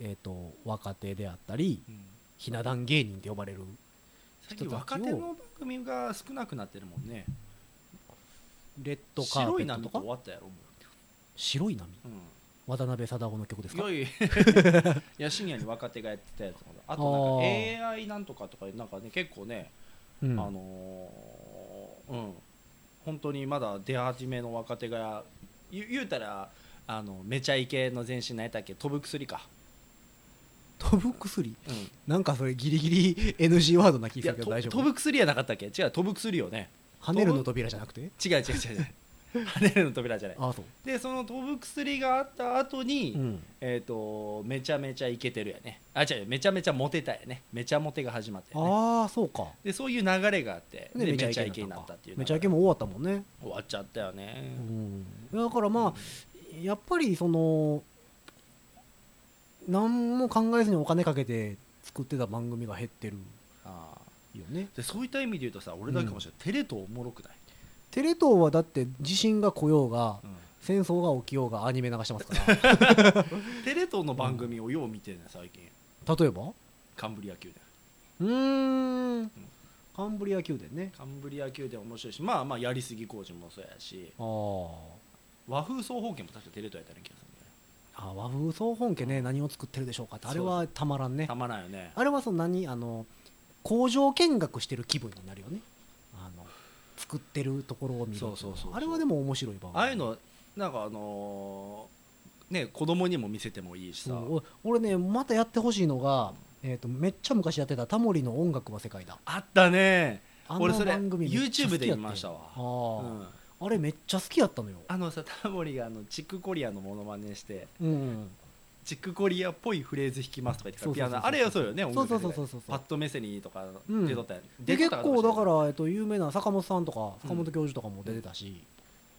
S2: えっ、と若手であったりひな壇芸人って呼ばれる
S3: 最
S2: 人たちを
S3: 近若手の番組が少なくなってるもんね
S2: レッドカー
S3: 白
S2: ペ
S3: い
S2: ッ
S3: な
S2: トと
S3: とか
S2: か
S3: 終わったやろも
S2: 白い波
S3: ううん
S2: 渡辺貞夫の曲ですか
S3: よい いや深夜に若手がやってたやつもあと
S2: あ
S3: なんか AI なんとかとかなんかね結構ね、
S2: うん
S3: あのーうん本当にまだ出始めの若手がゆ言うたらあのめちゃイケの前身何やったっけ飛ぶ薬か、
S2: 飛ぶ薬
S3: うん、
S2: なんかそれギリギリ NG ワードな気
S3: い
S2: が
S3: や
S2: するけど
S3: と
S2: 大丈
S3: 飛
S2: 夫
S3: ぶ薬やなかったっけ違う飛ぶ薬よね
S2: 跳ねるの扉じゃなくて
S3: 違う違う違 う違う跳ねるの扉じゃない
S2: ああそう、
S3: でその飛ぶ薬があった後に、
S2: うん、
S3: えっ、とめちゃめちゃイケてるやねあ違うめちゃめちゃモテたやねめちゃモテが始まったよね
S2: ああそうか
S3: でそういう流れがあって、
S2: で
S3: でめちゃイケに
S2: に
S3: な
S2: なっ
S3: った
S2: た
S3: っていう
S2: めちゃイケも終わったもんね、
S3: 終わっちゃったよね、
S2: うん、だからまあ、やっぱりその何も考えずにお金かけて作ってた番組が減ってる
S3: ああ
S2: よね
S3: でそういった意味で言うとさ俺だけかもしれない、テレ東おもろくない、
S2: テレ東はだって地震が来ようが戦争が起きようがアニメ流してますから
S3: テレ東の番組をよう見てるね最近
S2: 例えば
S3: カンブリア宮殿
S2: うーんカンブリア宮殿ね
S3: カンブリア宮殿面白いしまあまあやりすぎ工事もそうやし
S2: あー
S3: 和風双方形も確かテレ東やったような気がする
S2: あ
S3: んだよね
S2: 和風総本家ね何を作ってるでしょうかってあれはたまらんね
S3: たまらんよね
S2: あれはその何あの工場見学してる気分になるよねあの作ってるところを見る
S3: そうそうそうそう
S2: あれはでも面白い番組
S3: ああいうのなんかあのーね子供にも見せてもいいしさ、
S2: そうお俺ねまたやってほしいのが、えー、とめっちゃ昔やってた「タモリの音楽は世界だ
S3: あったね」
S2: あ
S3: 俺それ
S2: めっちゃ好
S3: YouTube
S2: き
S3: で
S2: やっ
S3: 見
S2: てん
S3: ました
S2: あ
S3: わ、う
S2: ー、
S3: ん、
S2: あれめっちゃ好きやったのよ、
S3: あのさタモリがあのチックコリアのモノマネして
S2: うん、
S3: チックコリアっぽいフレーズ弾きますとか言って
S2: そ
S3: た
S2: うそう
S3: ピ
S2: そうそ
S3: ア
S2: う
S3: ノあれよそうよね
S2: そうそうそう
S3: 音楽で
S2: そうそう
S3: パッドメセニーとか
S2: うん
S3: 出とったやん
S2: で
S3: 出
S2: 結
S3: とった
S2: 構だか
S3: もし
S2: ら、えっと有名な坂本さんとか
S3: うん
S2: 坂本教授とかも出てたし、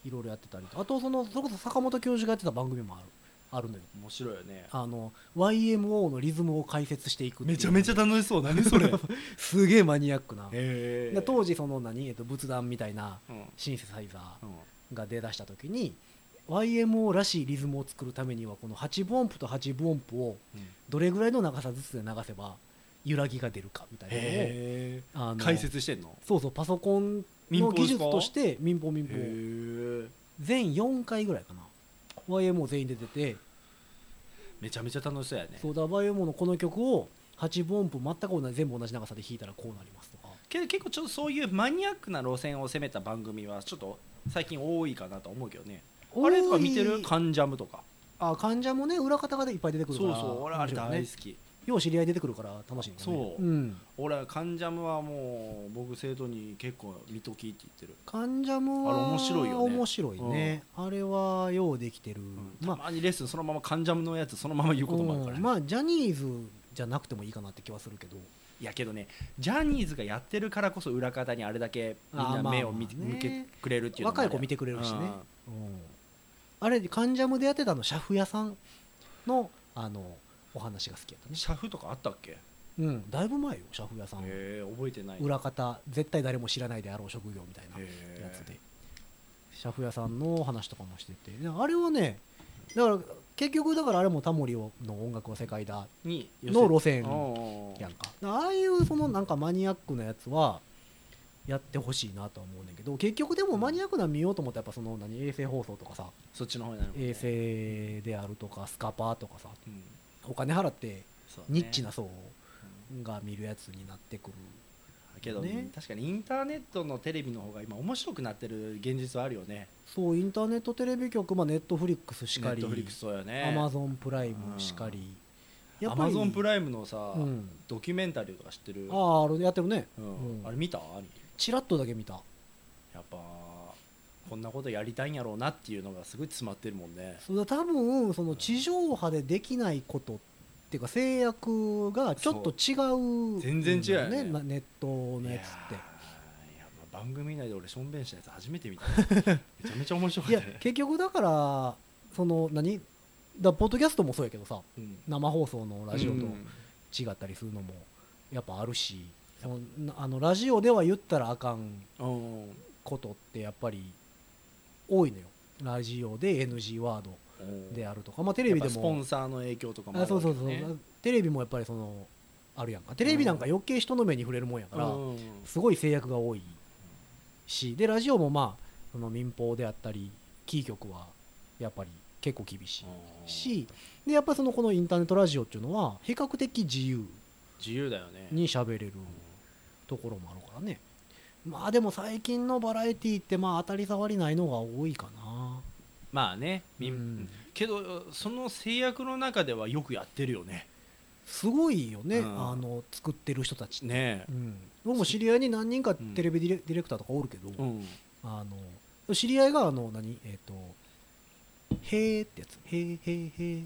S2: いろいろやってたりとあとそのそれこそ坂本教授がやってた番組もあるあるのよ
S3: れない面白いよね
S2: あの YMO のリズムを解説していくっていう
S3: めちゃめちゃ楽しそう何そ れへ
S2: すげえマニアックな、
S3: え
S2: で当時その何、えっと仏壇みたいな
S3: うん
S2: シンセサイザー
S3: うん
S2: が出だした時に YMO らしいリズムを作るためにはこの8分音符と8分音符を
S3: うん
S2: どれぐらいの長さずつで流せば揺らぎが出るかみたいなの
S3: へえ
S2: をあの
S3: 解説してんの
S2: そうそうパソコン
S3: 民
S2: の
S3: 放ですか
S2: 技術として民放民
S3: へ
S2: 放
S3: え
S2: 全4回ぐらいかな YMO 全員で出てて
S3: めちゃめちゃ楽しそうやね
S2: そうだ YMO のこの曲を8分音符全く同じ全部同じ長さで弾いたらこうなりますとか
S3: けど結構ちょっとそういうマニアックな路線を攻めた番組はちょっと最近多いかなと思うけどねあれとか見て
S2: 多
S3: る
S2: い
S3: カンジャムとか
S2: あ患者もね裏方がでいっぱい出てく
S3: そう
S2: るから
S3: そう俺あれ大
S2: ね
S3: 好き
S2: よう知り合い出てくるから楽しいんだよね
S3: そうん俺はカンジャムはもう僕生徒に結構見ときって言ってる、
S2: 関ジャムは
S3: あれ面白いよね
S2: 面白いねあれはようできてる、ま
S3: た
S2: あ
S3: まにレッスンそのままカンジャムのやつそのまま言うこともあるから、
S2: うんまあジャニーズじゃなくてもいいかなって気はするけど
S3: いやけどねジャニーズがやってるからこそ裏方にあれだけみん
S2: あーまあま
S3: な
S2: あ
S3: 目を見て
S2: ね
S3: 向けくれるっていうのもあ
S2: 若
S3: る
S2: い子見てくれるしね
S3: うん
S2: うんあれ関ジャムでやってたのシャフ屋さんのあのお話が好きやったね、
S3: シャフとかあったっけへ
S2: うん、だいぶ前よシャフ屋さん
S3: え覚えてない
S2: 裏方絶対誰も知らないであろう職業みたいな
S3: へ
S2: や
S3: え
S2: つでシャフ屋さんの話とかもしててであれはねだから結局だからあれもタモリの音楽は世界だ
S3: に
S2: の路線
S3: うん
S2: やんかだからああいうそのなんかマニアックなやつはやってほしいなとは思うんだけど結局でもマニアックなの見ようと思ったらやっぱその何衛星放送とかさ
S3: そっちの方になるもんね
S2: 衛星であるとかスカパーとかさ
S3: うん
S2: お金払って
S3: そうね
S2: ニッチな層をが見るやつになってくる
S3: けど、
S2: ね
S3: 確かにインターネットのテレビの方が今面白くなってる現実はあるよね
S2: そうインターネットテレビ局まあネットフリックスし
S3: ネ
S2: か
S3: ッ
S2: り
S3: トフリックスそうやね
S2: アマゾンプライムしかり
S3: アマゾンプ
S2: イ
S3: ライムのさ、
S2: うん
S3: ドキュメンタリーとか知ってる
S2: あああれやってるね
S3: うん
S2: うん
S3: あれ見た兄貴
S2: チラッとだけ見た
S3: やっぱこんなことやりたいんやろうなっていうのがすごい詰まってるもんね
S2: それ多分その地上波でできないことっていうか制約がちょっと違う
S3: 全然違うよね
S2: なネットのやつっ
S3: いやーいやまあ番組内で俺しょんべんしたやつ初めて見ためちゃめちゃ面白か
S2: てい
S3: った
S2: や
S3: ね
S2: 結局だからその何だポッドキャストもそうやけどさ
S3: うん
S2: 生放送のラジオと
S3: うん
S2: 違ったりするのもやっぱあるし、そのなあのラジオでは言ったらあかん
S3: うんうん
S2: ことってやっぱり多いのよラジオで NG ワードであるとか、まあ、テレビ
S3: や
S2: で
S3: っぱスポ
S2: も
S3: ンサーの影響とかもあ
S2: あ
S3: る
S2: そう
S3: わけ
S2: そ
S3: ね
S2: うそう、テレビもやっぱりそのあるやんかテレビなんか余計人の目に触れるもんやから、
S3: うん
S2: すごい制約が多いしでラジオもまあその民放であったりキー局はやっぱり結構厳しい、しでやっぱりそのこのインターネットラジオっていうのは比較的自由
S3: 自由だよね
S2: に喋れる
S3: うん
S2: ところもあるからねまあでも最近のバラエティってまあ当たり障りないのが多いかな
S3: まあね、み
S2: うん
S3: けどその制約の中ではよくやってるよね
S2: すごいよね、
S3: うん
S2: あの作ってる人たちって、
S3: ね
S2: うん、僕も知り合いに何人か
S3: ん
S2: テレビディレ,、ディレクターとかおるけど、
S3: えうん
S2: あの知り合いがあの何えっ、と「へーってやつ「へーへーへー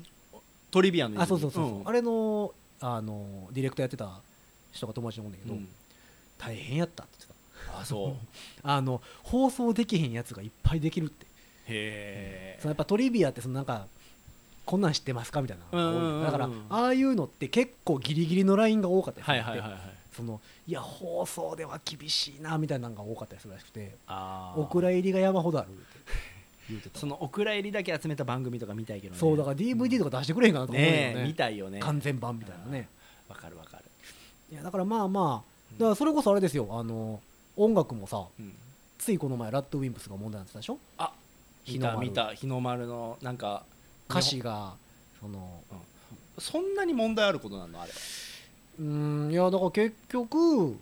S3: トリビアの
S2: あそうそうそうそう、
S3: ん
S2: あれのあのディレクターやってた人が友達のもんだけど、
S3: うん
S2: 大変やったって言って
S3: あそう
S2: たあの放送できへんやつがいっぱいできるって
S3: へえ
S2: そのやっぱトリビアってそのなんかこんなん知ってますかみたいなのが多い
S3: うんうんうんうん
S2: だからああいうのって結構ギリギリのラインが多かったりす
S3: は
S2: る
S3: い
S2: んだっ
S3: は
S2: て
S3: いはいはい
S2: そのいや放送では厳しいなみたいなのが多かったりするらしくて
S3: あー
S2: お蔵入りが山ほどあるって言うてた
S3: そのお蔵入りだけ集めた番組とか見たいけどね
S2: そうだから DVD とか出してくれへんかなと思うよ
S3: ね
S2: ね
S3: え見たいよね
S2: 完全版みたいなね
S3: わかるわかる
S2: いやだからまあまあだからそれこそあれですよあの音楽もさ
S3: うん
S2: ついこの前ラッドウィンプスが問題になってたでしょ
S3: あ
S2: 日
S3: 見
S2: の
S3: た
S2: 丸
S3: 見た日の丸のなんか
S2: 歌詞がその
S3: そんなに問題あることなのあれ
S2: うーんいやだから結局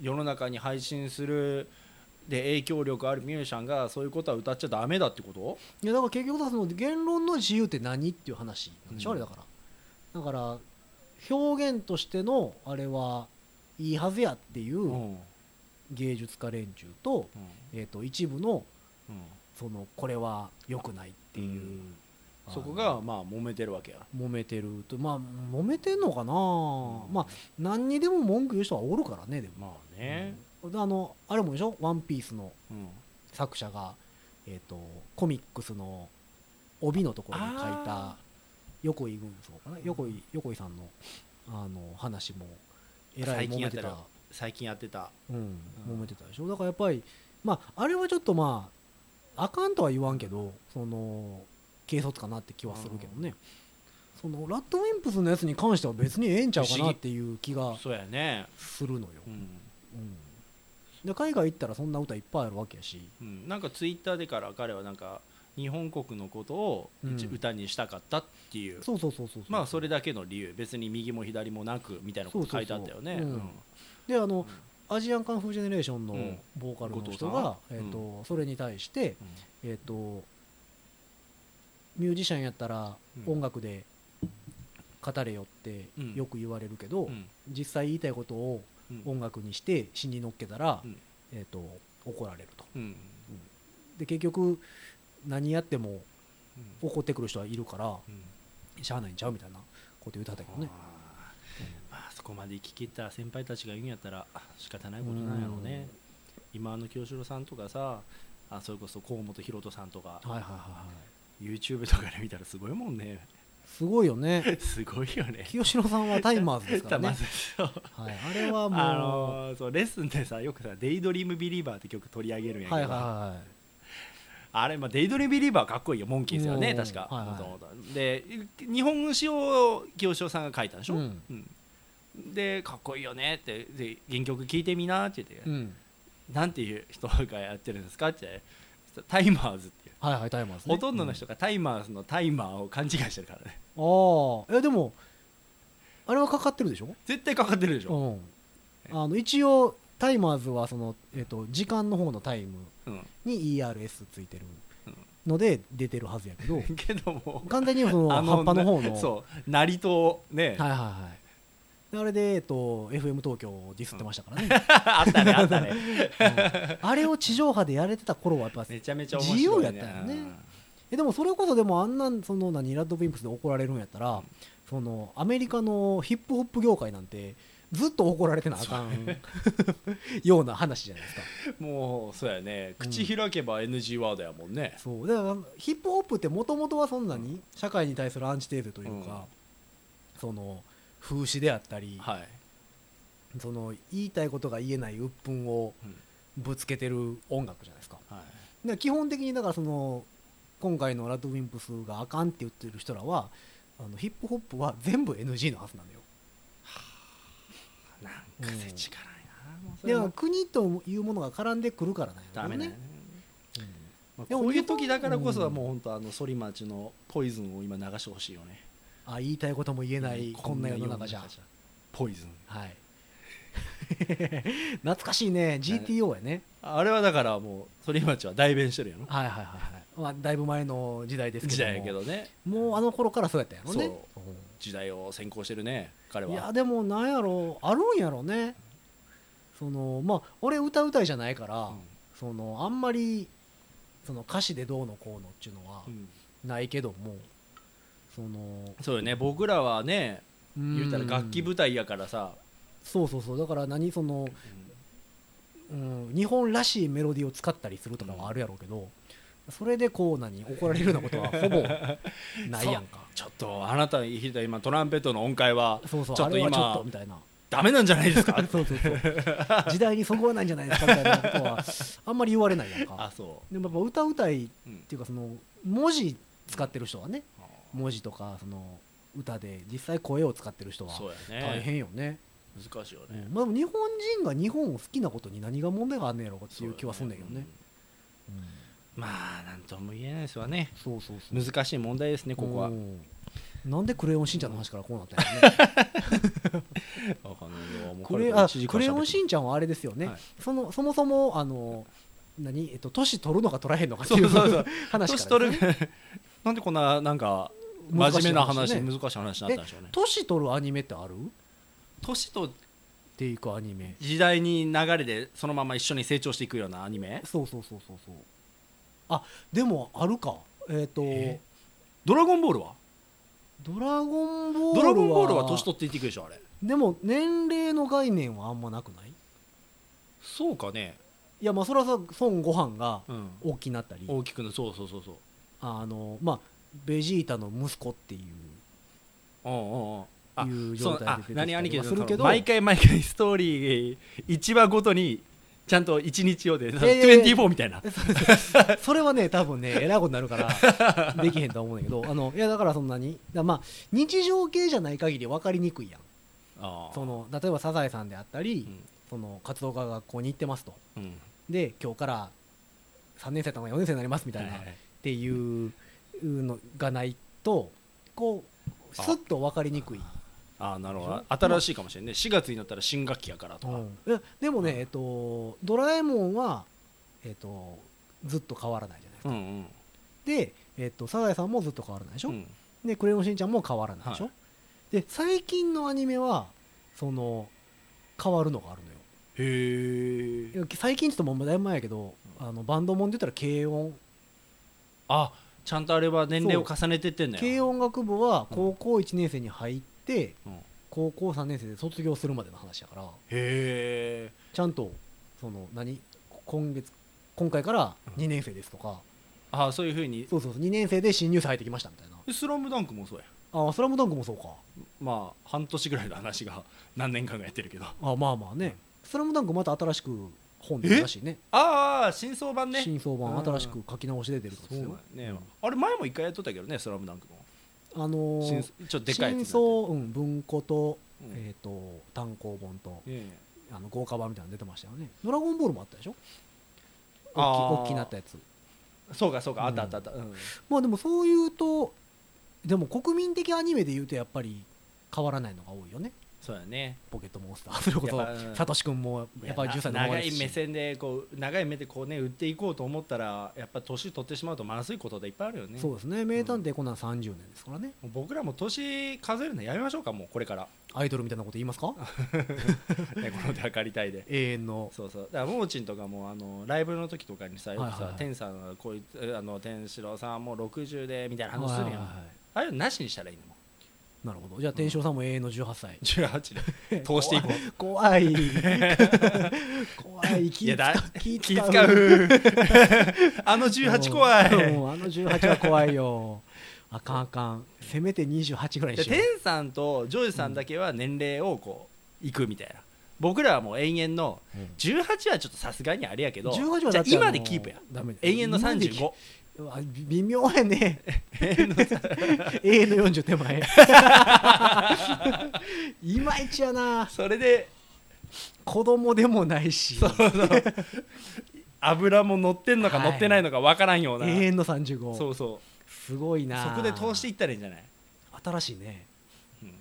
S3: 世の中に配信するで影響力あるミュージシャンがそういうことは歌っちゃダメだってこと
S2: いやだから結局さその言論の自由って何っていう話なんでしょ、
S3: うん
S2: あれだからだから表現としてのあれはいいはずやっていううん芸術家連中と,、えー、と一部の
S3: うん
S2: そのこれは良くないっていう、
S3: うん
S2: あの
S3: そこがまあ揉めてるわけや
S2: 揉めてるとまあ揉めてんのかな、
S3: うん
S2: まあ何にでも文句言う人はおるからねでも、
S3: まあね
S2: うんあのあれもでしょ「ワンピースの
S3: うん
S2: 作者が、えー、とコミックスの帯のところに書いた
S3: あ
S2: 横井軍曹かな横井横井さんのあの話もえらい揉
S3: 最近や
S2: め
S3: ってて
S2: た
S3: た最近やってた
S2: うん、
S3: うん
S2: 揉めてたでしょだからやっぱりまああれはちょっとまああかんとは言わんけどその軽率かなって気はするけどねそのラッドウィンプスのやつに関しては別にええんちゃうかなっていう気が
S3: そうやね
S2: するのよ、
S3: うん
S2: うん、で海外行ったらそんな歌いっぱいあるわけやし
S3: うんなんかツイッターでから彼はなんか日本国のことを一
S2: うん
S3: 歌にしたかったっていう
S2: そうそうそうそうう
S3: まあそれだけの理由別に右も左もなくみたいなこと書いてあったよね
S2: そうそうであの、アジアンカンフージェネレーションのボーカルの人が、
S3: うん
S2: えーとそれに対して、えー、とミュージシャンやったら
S3: うん
S2: 音楽で語れよって
S3: うん
S2: よく言われるけど、
S3: うんうん
S2: 実際言いたいことを
S3: うん
S2: 音楽にして詩に乗っけたら、
S3: うん
S2: えー、と怒られると
S3: うんうん
S2: で結局何やっても怒ってくる人はいるから
S3: うん
S2: しゃあないんちゃうみたいなこと言ってはったけどね
S3: あーまあそこまで聞きた先輩たちが言うんやったらあ仕方ないことなんやろうね今あの清志郎さんとかさあそれこそ河本大翔さんとか
S2: はいはいはいはい
S3: YouTube とかで見たらすごいもんね
S2: すごいよ ね
S3: すごいよね
S2: 清志郎さんはタイマーズです から
S3: ま
S2: ね
S3: ずそう
S2: はい、あれはもう、
S3: あのーそうレッスンでさよくさ「デイドリームビリーバー」って曲取り上げるんやけど、
S2: はいはいは
S3: あれ、まあ、デイドリームビリーバーかっこいいよモンキーズよ
S2: う
S3: ね
S2: ん
S3: 確か、
S2: はいはい
S3: 元々で日本詩を清志郎さんが書いたんでしょ、
S2: うん
S3: うんでかっこいいよねってで原曲聴いてみなって言って、
S2: い、うん、
S3: なんていう人がやってるんですかってタイマーズっていう
S2: はいはいタイマーですね
S3: ほとんどの人がタイマーズのタイマーを勘違いしてるからね、
S2: うんああいやでもあれはかかってるでしょ、
S3: 絶対かかってるでしょ、
S2: うん、あの一応タイマーズはその、えっと時間の方のタイム
S3: うん、
S2: に ERS ついてる
S3: うん
S2: ので出てるはずやけど
S3: けども
S2: 完全にその 葉っぱの方の
S3: そう成とね、
S2: はいはいはいであれで、えっと、FM 東京をディスってましたからね、
S3: あったねあった
S2: う
S3: ね
S2: んあれを地上波でやれてた頃はやっぱ
S3: めちゃめちゃ面白い、ね、
S2: 自由やったよねえでもそれこそでもあんなんその何ラッドウィンプスで怒られるんやったらそのアメリカのヒップホップ業界なんてずっと怒られてなあかんような話じゃないですか
S3: うんもうそうやね口開けば NG ワードやもんね、
S2: そうだからヒップホップってもともとはそんなに社会に対するアンチテーゼというか、その風刺であったり、
S3: はい
S2: その言いたいことが言えない鬱憤を
S3: うん
S2: ぶつけてる音楽じゃないですか
S3: はい
S2: で基本的にだからその今回のラッドウィンプスがあかんって言ってる人らはあのヒップホップは全部 NG のはずなんだよ
S3: なんか世知辛いな、もうそ
S2: で
S3: れ
S2: も
S3: も
S2: 国というものが絡んでくるからなんや
S3: ダ
S2: け
S3: メ
S2: ど
S3: だよ
S2: ね
S3: ね、
S2: うん
S3: まあ
S2: でも
S3: こういう時だからこそは
S2: うん
S3: もう本当あの反町のポイズンを今流してほしいよね
S2: あ言いたいことも言えないこんな世の中じゃ
S3: こんな世のポイズン
S2: はい懐かしい ね GTO やね
S3: あれはだからもう反町は代弁してるやろ
S2: はいはいはいはい、まあ、だいぶ前の時代ですけ
S3: 時
S2: ども
S3: 代やけどね
S2: もうあの頃からそうやったやろね
S3: そ時代を先行してるね彼
S2: うん
S3: はい
S2: やでもなんやろうあるんやろうねそのまあ俺歌うたいじゃないから、そのあんまりその歌詞でどうのこうのっていうのは
S3: うんうん
S2: ないけどもその
S3: そうよね僕らはね言うたら楽器
S2: 部
S3: 舞台やからさ、
S2: そうそうそうだから何その、うん、日本らしいメロディーを使ったりするとかはあるやろうけど、それでこう何怒られるようなことはほぼないやん か
S3: ちょっとあなた弾いた今トランペットの音階は
S2: そうそう
S3: ちょっと
S2: あれはちょっ
S3: 今
S2: とみたいな
S3: ダメなんじゃないです か
S2: そうそうそう時代にそぐわないんじゃないですかみたいなことはあんまり言われないやん
S3: あ
S2: か
S3: そ
S2: でもやっぱ歌うたいっ
S3: う、うん
S2: ていうかその文字使ってる人はね
S3: あ
S2: 文字とかその歌で実際声を使ってる人は
S3: そうやね
S2: 大変よね
S3: 難しいよ
S2: う
S3: ね
S2: んまあ、でも日本人が日本を好きなことに何が問題があんねやろうっていう気はすんだけどねうん
S3: うんまあなんとも言えないですわね
S2: そうそうそう
S3: 難しい問題ですねここは
S2: うんなんで「クレヨンしんちゃん」の話からこうなったんや ろね
S3: わかんないよも
S2: ク
S3: うこれ
S2: レ
S3: から
S2: あ
S3: 一時間
S2: クレヨン
S3: 喋
S2: し
S3: って
S2: んちゃんはあれですよね、
S3: はい
S2: そのそもそもあの何えっと年取るのか取らへんのかって
S3: そ
S2: いう
S3: うそうそう
S2: 話から
S3: 年取る なんでこんななんか真
S2: 難しい
S3: 面目な話
S2: ね
S3: 難しい話になったんでしょうね
S2: 年取るアニメってあるっ
S3: 年と
S2: ていうかアニメ
S3: 時代に流れでそのまま一緒に成長していくようなアニメ
S2: そうそうそうそうそうあでもあるかえっ、と、
S3: えドラゴンボールは
S2: ドラゴンボールは
S3: ドラゴンボールは年取っていっていくでしょあれ
S2: でも年齢の概念はあんまなくない
S3: そうかね
S2: いやまあそれはさ孫悟飯が
S3: うん
S2: 大きくなったり
S3: 大きくのそうそうそうそう
S2: あのまあベジータの息子っていう
S3: うんうんうんあ
S2: いう
S3: そ
S2: 状
S3: う
S2: 態
S3: あ
S2: で出てきた
S3: 何兄貴
S2: り
S3: で
S2: は
S3: す
S2: するけど
S3: 毎回毎回ストーリー1話ごとにちゃんと1日をで
S2: いやいやいや
S3: 24みたいな
S2: それはね多分ねえらいことになる からできへんと思うんだけどあのいやだからそんなにだからまあ日常系じゃない限り分かりにくいやん
S3: あー
S2: その例えば「サザエさん」であったり、
S3: うん
S2: その活動家が学校に行ってますと
S3: うん
S2: で今日から3年生とか4年生になりますみたいな
S3: はい
S2: っ
S3: はいはい
S2: ていうのがないとこう
S3: あ
S2: すっと分かりにくい、
S3: あーなるほ
S2: で
S3: ど
S2: しょ
S3: 新しいかもしれないね4月になったら新学期やからとか、
S2: うんえでもね、えっと、ドラえもんは、えっと、ずっと変わらないじゃないですか
S3: うんうん
S2: で、えっと、サザエさんもずっと変わらないでしょ、
S3: うん
S2: でクレヨンしんちゃんも変わらないでしょ、
S3: は
S2: で最近のアニメはその変わるのがあるのよ
S3: へ
S2: い
S3: え
S2: や最近ちょっともうだいぶ前やけどあのバンドもんで言ったら軽音
S3: あちゃんとあれは年齢を重ねてってんだよ
S2: 軽音楽部は高校1年生に入って、
S3: うん
S2: 高校3年生で卒業するまでの話だから
S3: へえ
S2: ちゃんとその何今月今回から2年生ですとか、
S3: あそういうふうに
S2: そうそうそう2年生で新入生入ってきましたみたいな
S3: 「スラムダンクもそうや
S2: ああスラムダンクもそうか
S3: まあ半年ぐらいの話が何年間かやってるけど
S2: あまあまあねスラムダンクまた新しく本出るらしいね
S3: ああ新装版ね
S2: 新装版
S3: うん
S2: 新しく書き直しで出るとですよ
S3: ね、あれ前も一回やっとったけどね「スラムダンクも
S2: あのー
S3: 新ちょっとでかい
S2: 新
S3: やつ
S2: 装、うん、文庫と,、
S3: うん
S2: えー、と単行本と
S3: ええ
S2: あの豪華版みたいなの出てましたよねドラゴンボールもあったでしょ
S3: あー
S2: 大き大きなったやつ
S3: そうかそうかあったあ
S2: う
S3: っ
S2: ん
S3: たあった、うん
S2: まあでもそういうとでも国民的アニメで言うとやっぱり変わらないのが多いよね
S3: そうやね
S2: ポケットモンスターそれこ
S3: やっぱうん
S2: そサトシ君もやっぱ
S3: いや
S2: 10歳のままで
S3: 長
S2: す
S3: い
S2: し
S3: 目線でこう長い目でこうね売っていこうと思ったらやっぱ年取ってしまうとまずいことでいっぱいあるよね
S2: そうですね名探偵コナン30年ですからね
S3: もう僕らも年数えるのやめましょうかもうこれ から、
S2: アイドルみたいなこと言いますか
S3: ね、この手明かりたいで
S2: 永遠の
S3: そうそうだからももちんとかもあのライブの時とかにさよく
S2: はいはいは
S3: さ
S2: い
S3: 天さんがこういつあの天四郎さんもう60でみたいな話す
S2: はいは
S3: るやん
S2: い
S3: あ
S2: はい
S3: あいうのなしにしたらいいのも
S2: なるほどじゃあ天翔さんも永遠の18歳
S3: う18で 通していこう
S2: 怖 い怖い
S3: い
S2: 気
S3: やだ
S2: 使う気
S3: 気
S2: 使う
S3: 使うあの18怖い
S2: うんうんあの18は怖いよあかんあかんせめて28ぐらいに
S3: で
S2: しよう
S3: 天さんとジョージさんだけは年齢をこういくみたいな僕らはもう永遠の18はちょっとさすがにあれやけど
S2: 18は
S3: じ
S2: だっ
S3: ゃあ
S2: てあの
S3: 今でキープや
S2: ダメだよ
S3: 永遠の35
S2: うわび微妙や ね永遠の40手前 いまいちやな
S3: それで
S2: 子供でもないし
S3: 油も乗ってんのか
S2: はい
S3: 乗ってないのかわからんような、
S2: 永遠の35
S3: そうそう
S2: すごいな
S3: そこで通していったらいいんじゃない、
S2: 新しいね
S3: うん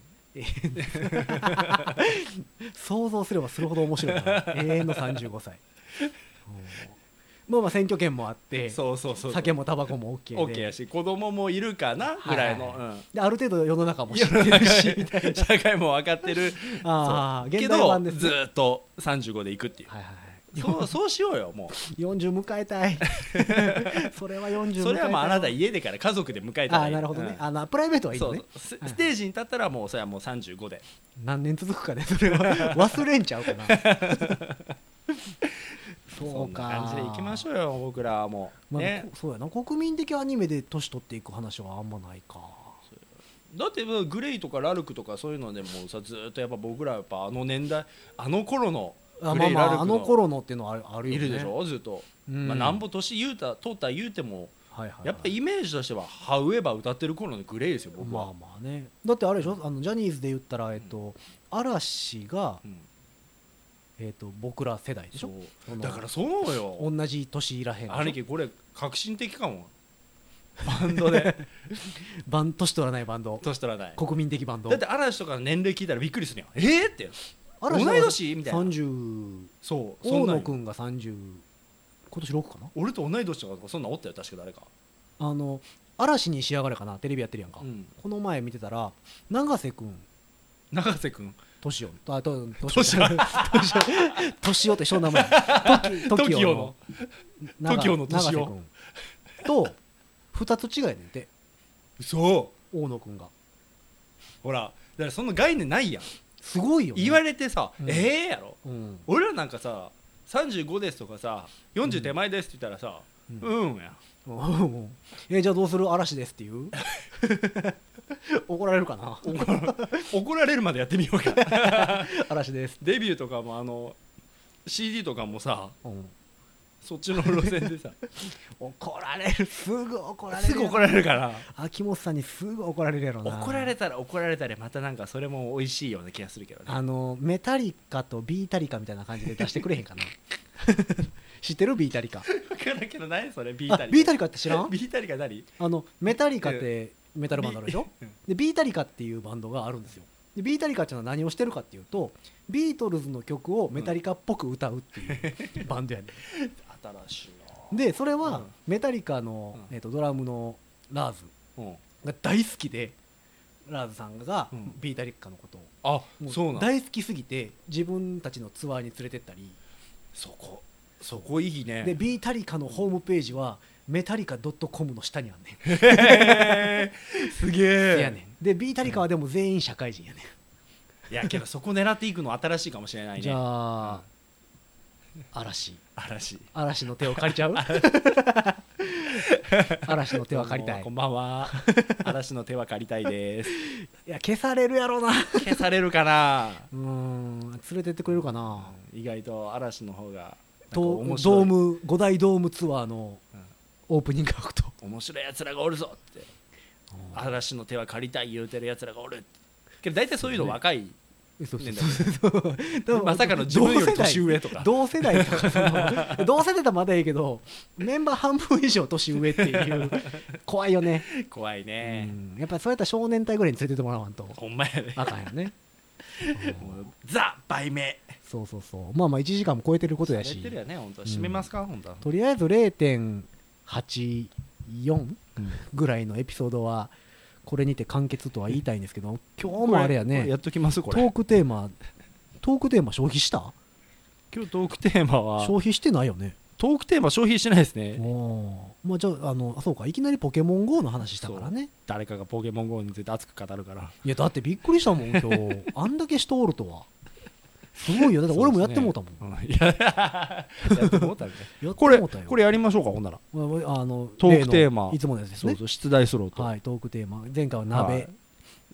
S2: 想像すればするほど面白いな永遠の35歳うんまあまあ選挙権もあって
S3: そうそうそう
S2: 酒もタバコも OK
S3: オッ
S2: で
S3: ケーやし子供もいるかなぐらいの、
S2: はいは
S3: うん
S2: である程度世の中も知ってるしみたいな
S3: 社会も分かってる
S2: ああ
S3: け
S2: 現代
S3: ど
S2: 版です
S3: ず
S2: ね
S3: ーっと35でいくっていう、
S2: はいはい
S3: そうそうしようよも
S2: 40迎え たいそれは40迎えた
S3: う
S2: い
S3: それはもうあなた家でから家族で迎えた
S2: あ
S3: ら
S2: あ
S3: いい
S2: なるほどね、
S3: うん
S2: あのプライベートはいい
S3: そ
S2: の
S3: う
S2: ね
S3: ス
S2: はい
S3: ステージに立ったらもうそれはもう35で
S2: 何年続くかねそれ は忘れんちゃうかなそ
S3: そ
S2: うんか
S3: な感じでいきましょうよ僕らはもう、
S2: まあ
S3: ね
S2: こそうやな国民的アニメで年取っていく話はあんまないか
S3: だってもうグレイとかラルクとかそういうのでもさずーっとやっぱ僕らはやっぱあの年代あの頃の
S2: あ
S3: グ
S2: まあ
S3: レイ
S2: ま
S3: ラル
S2: あ
S3: ク
S2: あの
S3: の
S2: 頃のっていうのはあるあるよ
S3: い
S2: ね
S3: るでしょ、ずっと、
S2: うん
S3: まあ、なんぼ年言うた通った言うても
S2: はいはいはい、
S3: やっぱイメージとしては「ハウエバー」歌ってる頃のグレイですよ僕
S2: まあ
S3: は、
S2: まあねだってあれでしょあのジャニーズで言ったら、えっと嵐が、
S3: うん
S2: えっと僕ら世代でし
S3: そ
S2: ょ
S3: う
S2: その
S3: だからそうよ
S2: 同じ年いらへんでしょ
S3: 兄貴これ革新的かもバンドで
S2: バン年取らないバンド
S3: 年取らない
S2: 国民的バンド
S3: だって嵐とかの年齢聞いたらびっくりするやんえー、って
S2: 嵐が
S3: 同い年みたいな
S2: 30
S3: そうそ
S2: 大
S3: んな
S2: 野
S3: ん
S2: くんが30今年6かな
S3: 俺と同い年とかそんなんおったよ確か誰か
S2: あの嵐に仕上がれかなテレビやってるやんか、
S3: うん
S2: この前見てたら永瀬くん
S3: 永瀬君
S2: 年をあと
S3: トシオ
S2: 年をと一緒の名前
S3: t o
S2: 時
S3: k の
S2: 長
S3: トキオの年
S2: 長瀬
S3: を
S2: 君と2つ違いねんて
S3: そう
S2: 大野君が
S3: ほらだからその概念ないやん
S2: すごいよ、ね、
S3: 言われてさ「
S2: うん
S3: ええー」やろ
S2: うん、
S3: 俺らなんかさ35ですとかさ40手前ですって言ったらさ「
S2: う
S3: うんん」うん、やん
S2: うんえじゃあどうする嵐ですっていう 怒られるかな
S3: 怒られるまでやってみようか
S2: 嵐です、
S3: デビューとかもあの CD とかもさ
S2: うん、
S3: そっちの路線でさ
S2: 怒られるすぐ怒られる
S3: すぐ怒られるから
S2: 秋元さんにすぐ怒られるやろな
S3: 怒られたら怒られたらまたなんかそれも美味しいような気がするけどね
S2: あのメタリカとビータリカみたいな感じで出してくれへんかな 知ってるビータリカ
S3: 分からんけど何それビータ
S2: あ
S3: リ
S2: ビータ
S3: リ
S2: リカって知らん
S3: ビータリが何
S2: あのメタリカってメタルバンドあるでしょでビータリカっていうバンドがあるんですよでビータリカっていうのは何をしてるかっていうとビートルズの曲をメタリカっぽく歌うって いうバンドやね
S3: 新し
S2: ん
S3: い
S2: でそれ
S3: う
S2: は
S3: ん
S2: メタリカの、
S3: うん
S2: えっとドラムのラーズ
S3: なうん
S2: が大好きでラーズさんが
S3: うん
S2: ビータリカのことを
S3: あ
S2: もう
S3: そうなん
S2: 大好きすぎて自分たちのツアーに連れてったり
S3: そこそこいいね
S2: でビータリカのホームページはメタリカ .com の下にあんねん
S3: へーすげえ
S2: やねんでビータリカはでも全員社会人やねん
S3: いやけどそこ狙っていくの新しいかもしれないね
S2: じゃあ嵐
S3: 嵐
S2: 嵐の手を借りちゃ う嵐の手は借りたい
S3: こんば んは嵐の手は借りたいです
S2: いや消されるやろなう
S3: 消されるかな
S2: ーん連れてってくれるかな
S3: 意外と嵐の方がなんか
S2: ド
S3: 面
S2: ード
S3: 白
S2: ー
S3: い
S2: ム5大ドームツアーの
S3: うん
S2: オープニングアクト
S3: 面白いやつらがおるぞって嵐の手は借りたい言うてるやつらがおるけど大体そういうの若い
S2: そうそう
S3: 年
S2: そ
S3: 代
S2: うそう多分
S3: まさかの自分より年上とか
S2: 同世代とかそ の同世代とはまだいいけどメンバー半分以上年上っていう怖いよね、
S3: 怖いうね、
S2: ん、やっぱりそうやったら少年隊ぐらいに連れてってもらわんと
S3: ほんまやね
S2: あかんよね
S3: もうザ売名
S2: そうそうそうまあまあ1時間も超えてることやし
S3: 喋ってるよね本当締めますか、本当
S2: とりあえず0.84ぐらいのエピソードはこれにて完結とは言いたいんですけど今日もあれや
S3: こ
S2: ね
S3: やっときますこ
S2: ト
S3: れ
S2: ークテーマトークテーマ消費した
S3: 今日トークテーマは
S2: 消費してないよね
S3: トークテーマ消費してないですね
S2: おまあじゃああのあそうかいきなりポケモン GO の話したからね
S3: 誰かがポケモン GO について熱く語るから
S2: いやだってびっくりしたもん今 日あんだけしとおるとはすごいよだって俺もやってもうたもん、
S3: うんいややってもうたんか い
S2: やっ
S3: こ
S2: て
S3: れ
S2: もうたよ
S3: これやりましょうかほんなら
S2: まああの
S3: トークテーマ
S2: 例のいつものやつです
S3: そう
S2: ね
S3: そう出題スローと、
S2: はいトークテーマ前回は鍋、
S3: はい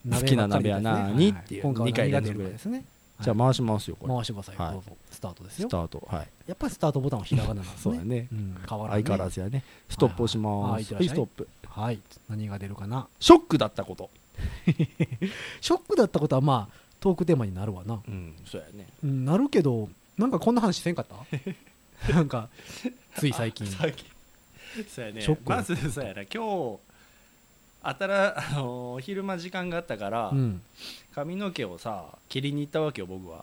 S2: 鍋
S3: 好きな鍋は何っていう
S2: 今回は
S3: 二
S2: 何
S3: 回
S2: が
S3: 連
S2: 出
S3: 続
S2: る
S3: で
S2: かですね
S3: じゃあ回しますよこれ、
S2: 回してください、
S3: はい
S2: どうぞスタートです
S3: ス
S2: よ
S3: タートはい
S2: やっぱりスタートボタンはひらがななんです
S3: そう
S2: ね
S3: だね
S2: うん、変わらない、
S3: 相変わらずやねストップ押しま
S2: はいはいはいいってらっしゃ
S3: すはいス
S2: い
S3: トップ
S2: はい何が出るかな
S3: ショックだったこと
S2: ショックだったことはまあトークテーマになるわな、
S3: うんそうやね
S2: うん、なるけどなんかこんな話せんかった なんかつい最近
S3: 最近そうやね
S2: ショック
S3: まずそうやな今日あたら、あのー昼間時間があったから、
S2: うん
S3: 髪の毛をさ切りに行ったわけよ僕は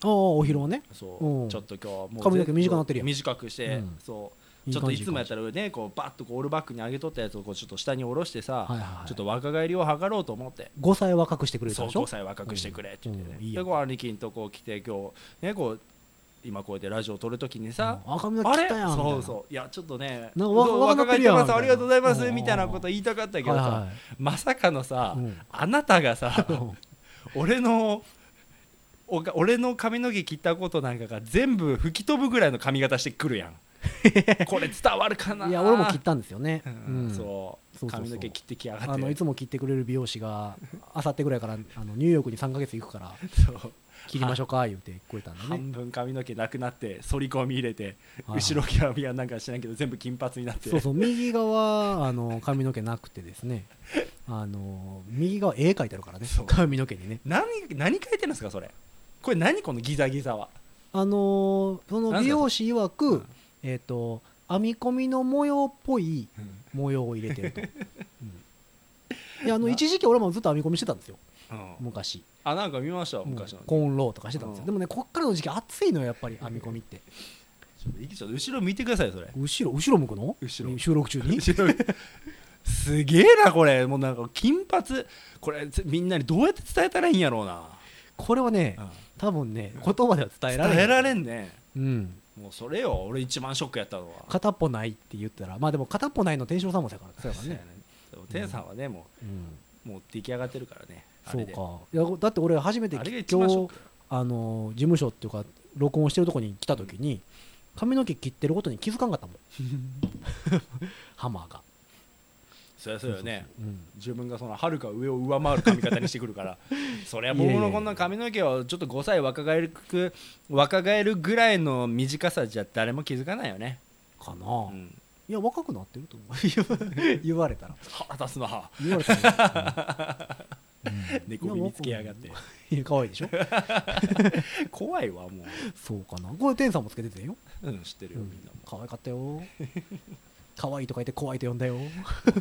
S2: ああお披露目ね
S3: そう、
S2: うん
S3: ちょっと今日はもう
S2: 髪の毛短くなってるやん
S3: 短くして、
S2: うん
S3: そうちょっといつもやった
S2: ら
S3: らねこうバッとこうオールバックに上げとったやつをこうちょっと下に下ろして
S2: は
S3: さ、
S2: いはいはい
S3: ちょっと若返りを図ろうと思って
S2: 5歳若くしてくれた
S3: そう
S2: でしょ
S3: 5歳若くしてくれって言ってね、
S2: うんうんいいよ
S3: でこう兄貴んとこ来て今日ねこう今こうやってラジオ撮るときにさ、
S2: うんあ髪の毛
S3: あ
S2: 切っ
S3: れ
S2: たやんみたいな
S3: そうそういやちょっとね
S2: なんかわ
S3: どう
S2: 若返
S3: 若返
S2: っ
S3: ってて
S2: るやん
S3: ますありがとうございま
S2: みた
S3: す
S2: いな
S3: みたいなこと言いたかったけどさ、
S2: はいはい
S3: まさかのさ、
S2: うん
S3: あなた がさ、
S2: うん
S3: 俺のおが俺の髪の毛切ったことなんかが全部吹き飛ぶぐらいの髪型してくるや んこれ伝わるかないい
S2: や俺も切ったんですよね、
S3: う
S2: う
S3: ん
S2: ん
S3: そう
S2: そうそうそう
S3: 髪の毛切ってきやがって
S2: あのいつも切ってくれる美容師があさってぐらいからあのニューヨークに3ヶ月行くから
S3: そう
S2: 切りましょうか言うてくれたんでね
S3: 半分髪の毛なくなって反り込み入れて
S2: はい
S3: 後ろ髪はなんかしないけど全部金髪になって
S2: そうそう右側あの髪の毛なくてですねあの右側絵描いてあるからね
S3: そう
S2: 髪の毛にね
S3: 何何書いてるんですかそれこれ何このギザギザは
S2: あのその美容師曰
S3: なん
S2: く
S3: すか
S2: えっ、と編み込みの模様っぽい模様を入れてる と、うんいやあの
S3: な
S2: 一時期俺もずっと編み込みしてたんですよ
S3: うん
S2: 昔
S3: あなんか見ました昔の
S2: うんコーンローとかしてたんですよ、
S3: うん
S2: でもねこっからの時期暑いのよやっぱり編み込みって
S3: ちょっとちょっと後ろ見てください よそれ
S2: 後ろ後ろ向くの
S3: 後ろ
S2: 収録中 に
S3: 後ろすげえなこれもうなんか金髪これつみんなにどうやって伝えたらいいんやろうな
S2: これはね多分ね言葉では伝えられない
S3: 伝えられんね
S2: うん
S3: もうそれよ俺一番ショックやったのは
S2: 片っぽないって言ったらまあでも片っぽないの天正さんもそうやからそうやから
S3: そうや
S2: ね
S3: ねでも天さんはねも
S2: うん
S3: うもう出来上がってるからねあ
S2: そう
S3: れで
S2: かいやだって俺初めて
S3: あれが一
S2: 今
S3: 番ショッ
S2: 日
S3: ク
S2: あの事務所っていうか録音してるとこに来た時に髪の毛切ってることに気づかんか ったもんハマーが
S3: そりゃそうよね
S2: うん
S3: 自分がそのはるか上を上回る髪型にしてく るからそりゃ僕
S2: いやいやい
S3: の
S2: や
S3: こんな髪の毛をちょっと5歳若返るく若返るぐらいの短さじゃ誰も気づかないよね、
S2: かな、
S3: う
S2: い
S3: ん、
S2: や若くなってると思 う言われたら
S3: 腹立つな
S2: 言われたら、うん
S3: 猫耳つけやがって
S2: いや可愛いでしょ
S3: 怖いわも
S2: そうかなこれ天さんもつけててんよ
S3: う、うん、知ってるよ
S2: うん
S3: みんなも
S2: 可愛かった よ可愛いとか言って怖いと呼んだよ、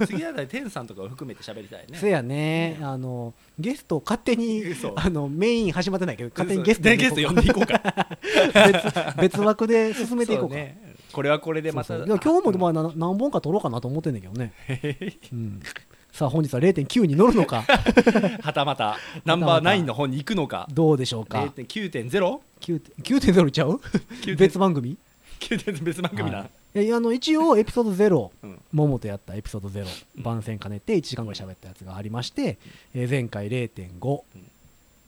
S3: 次あたり天さんとかを含めて喋りたい ね
S2: せやねあのゲストを勝手に
S3: 嘘
S2: あのメイン始まってないけど勝手にゲスト
S3: でゲスト呼んでいこうか
S2: 別別枠で進めていこうか
S3: そねこれはこれでま
S2: そうそ
S3: た
S2: ういや今日もまあな何本か取ろうかなと思ってんだけど ね、うん、さあ本日は0.9に乗るの か
S3: はたまたナンバーナインの方に行くのか
S2: どうでしょうか
S3: 0.9.0
S2: 9 9.0ちゃう
S3: 9.0
S2: 別番組
S3: 9.0別番組な、
S2: はいいやあの一応エピソード0
S3: うん
S2: 桃とやったエピソード0
S3: うん
S2: 番宣兼ねて1時間ぐらい喋ったやつがありまして、えー前回0.5、
S3: ん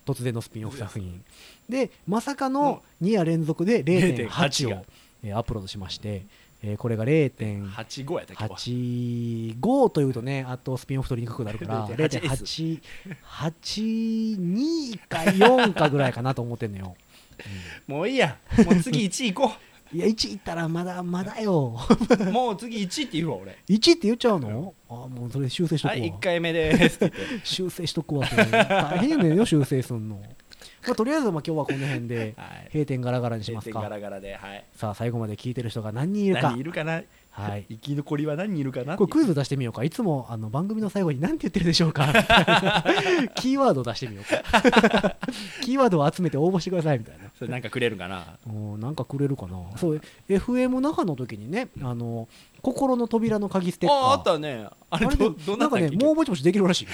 S2: 突然のスピンオフ作品でまさかの2夜連続で0.8
S3: 0.8
S2: を
S3: が、
S2: えーアップロードしまして、えーこれが0.85
S3: 85やったっけ
S2: というとねあとスピンオフ取りにくくなる から
S3: 0.8
S2: 0.882か4かぐらいかなと思ってんの よ。
S3: もういいやもう次1位行こ
S2: いや1いったらまだまだよ
S3: うもう次1位って言うわ俺
S2: 1って言っちゃうのあもうそれ修正しとくわ、
S3: はい1回目ですって言って
S2: 修正しとくわそれ大変やねんよ修正すんのまあ、とりあえずまあ今日はこの辺で
S3: はい
S2: 閉店ガラガラにします
S3: 閉店ガ
S2: か
S3: ラガラではい
S2: さあ最後まで聞いてる人が何人いるか
S3: 何いるかな
S2: はい
S3: 生き残りは何人いるかな
S2: これクイズ出してみようかいつもあの番組の最後に何て言ってるでしょ うかみたいなキーワードを出してみようか キーワードを集めて応募してくださいみたいな
S3: それなんかくれるかな
S2: おーなんかくれるかなそう FM 那覇の時にねあの心の扉の鍵ステッカー
S3: ああったねあれ
S2: あれで
S3: どどんな
S2: なん
S3: んだ
S2: か
S3: っけ
S2: ねもうぼちぼちできるらしい よ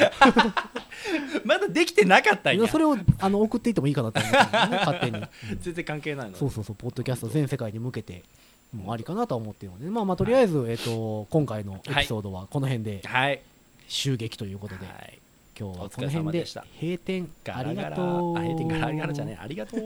S3: まだできてなかったん
S2: い
S3: や
S2: やそれをあの送っていってもいいかなと思ったんだけどね 勝手に、うん
S3: 全然関係ないの
S2: そうそうそうポッドキャスト全世界に向けてもうありかなとは思ってるので、まあまあとりあえず、えっと今回のエピソードはこの辺で
S3: はい
S2: 終劇ということで、
S3: はい
S2: 今日は
S3: お
S2: こ
S3: 疲
S2: の
S3: れ
S2: 辺
S3: 様
S2: で
S3: でした
S2: 閉店
S3: ガ
S2: あ
S3: ラ
S2: り
S3: ガ
S2: が
S3: ラ
S2: とう
S3: あえてガラガラじゃねえありがとう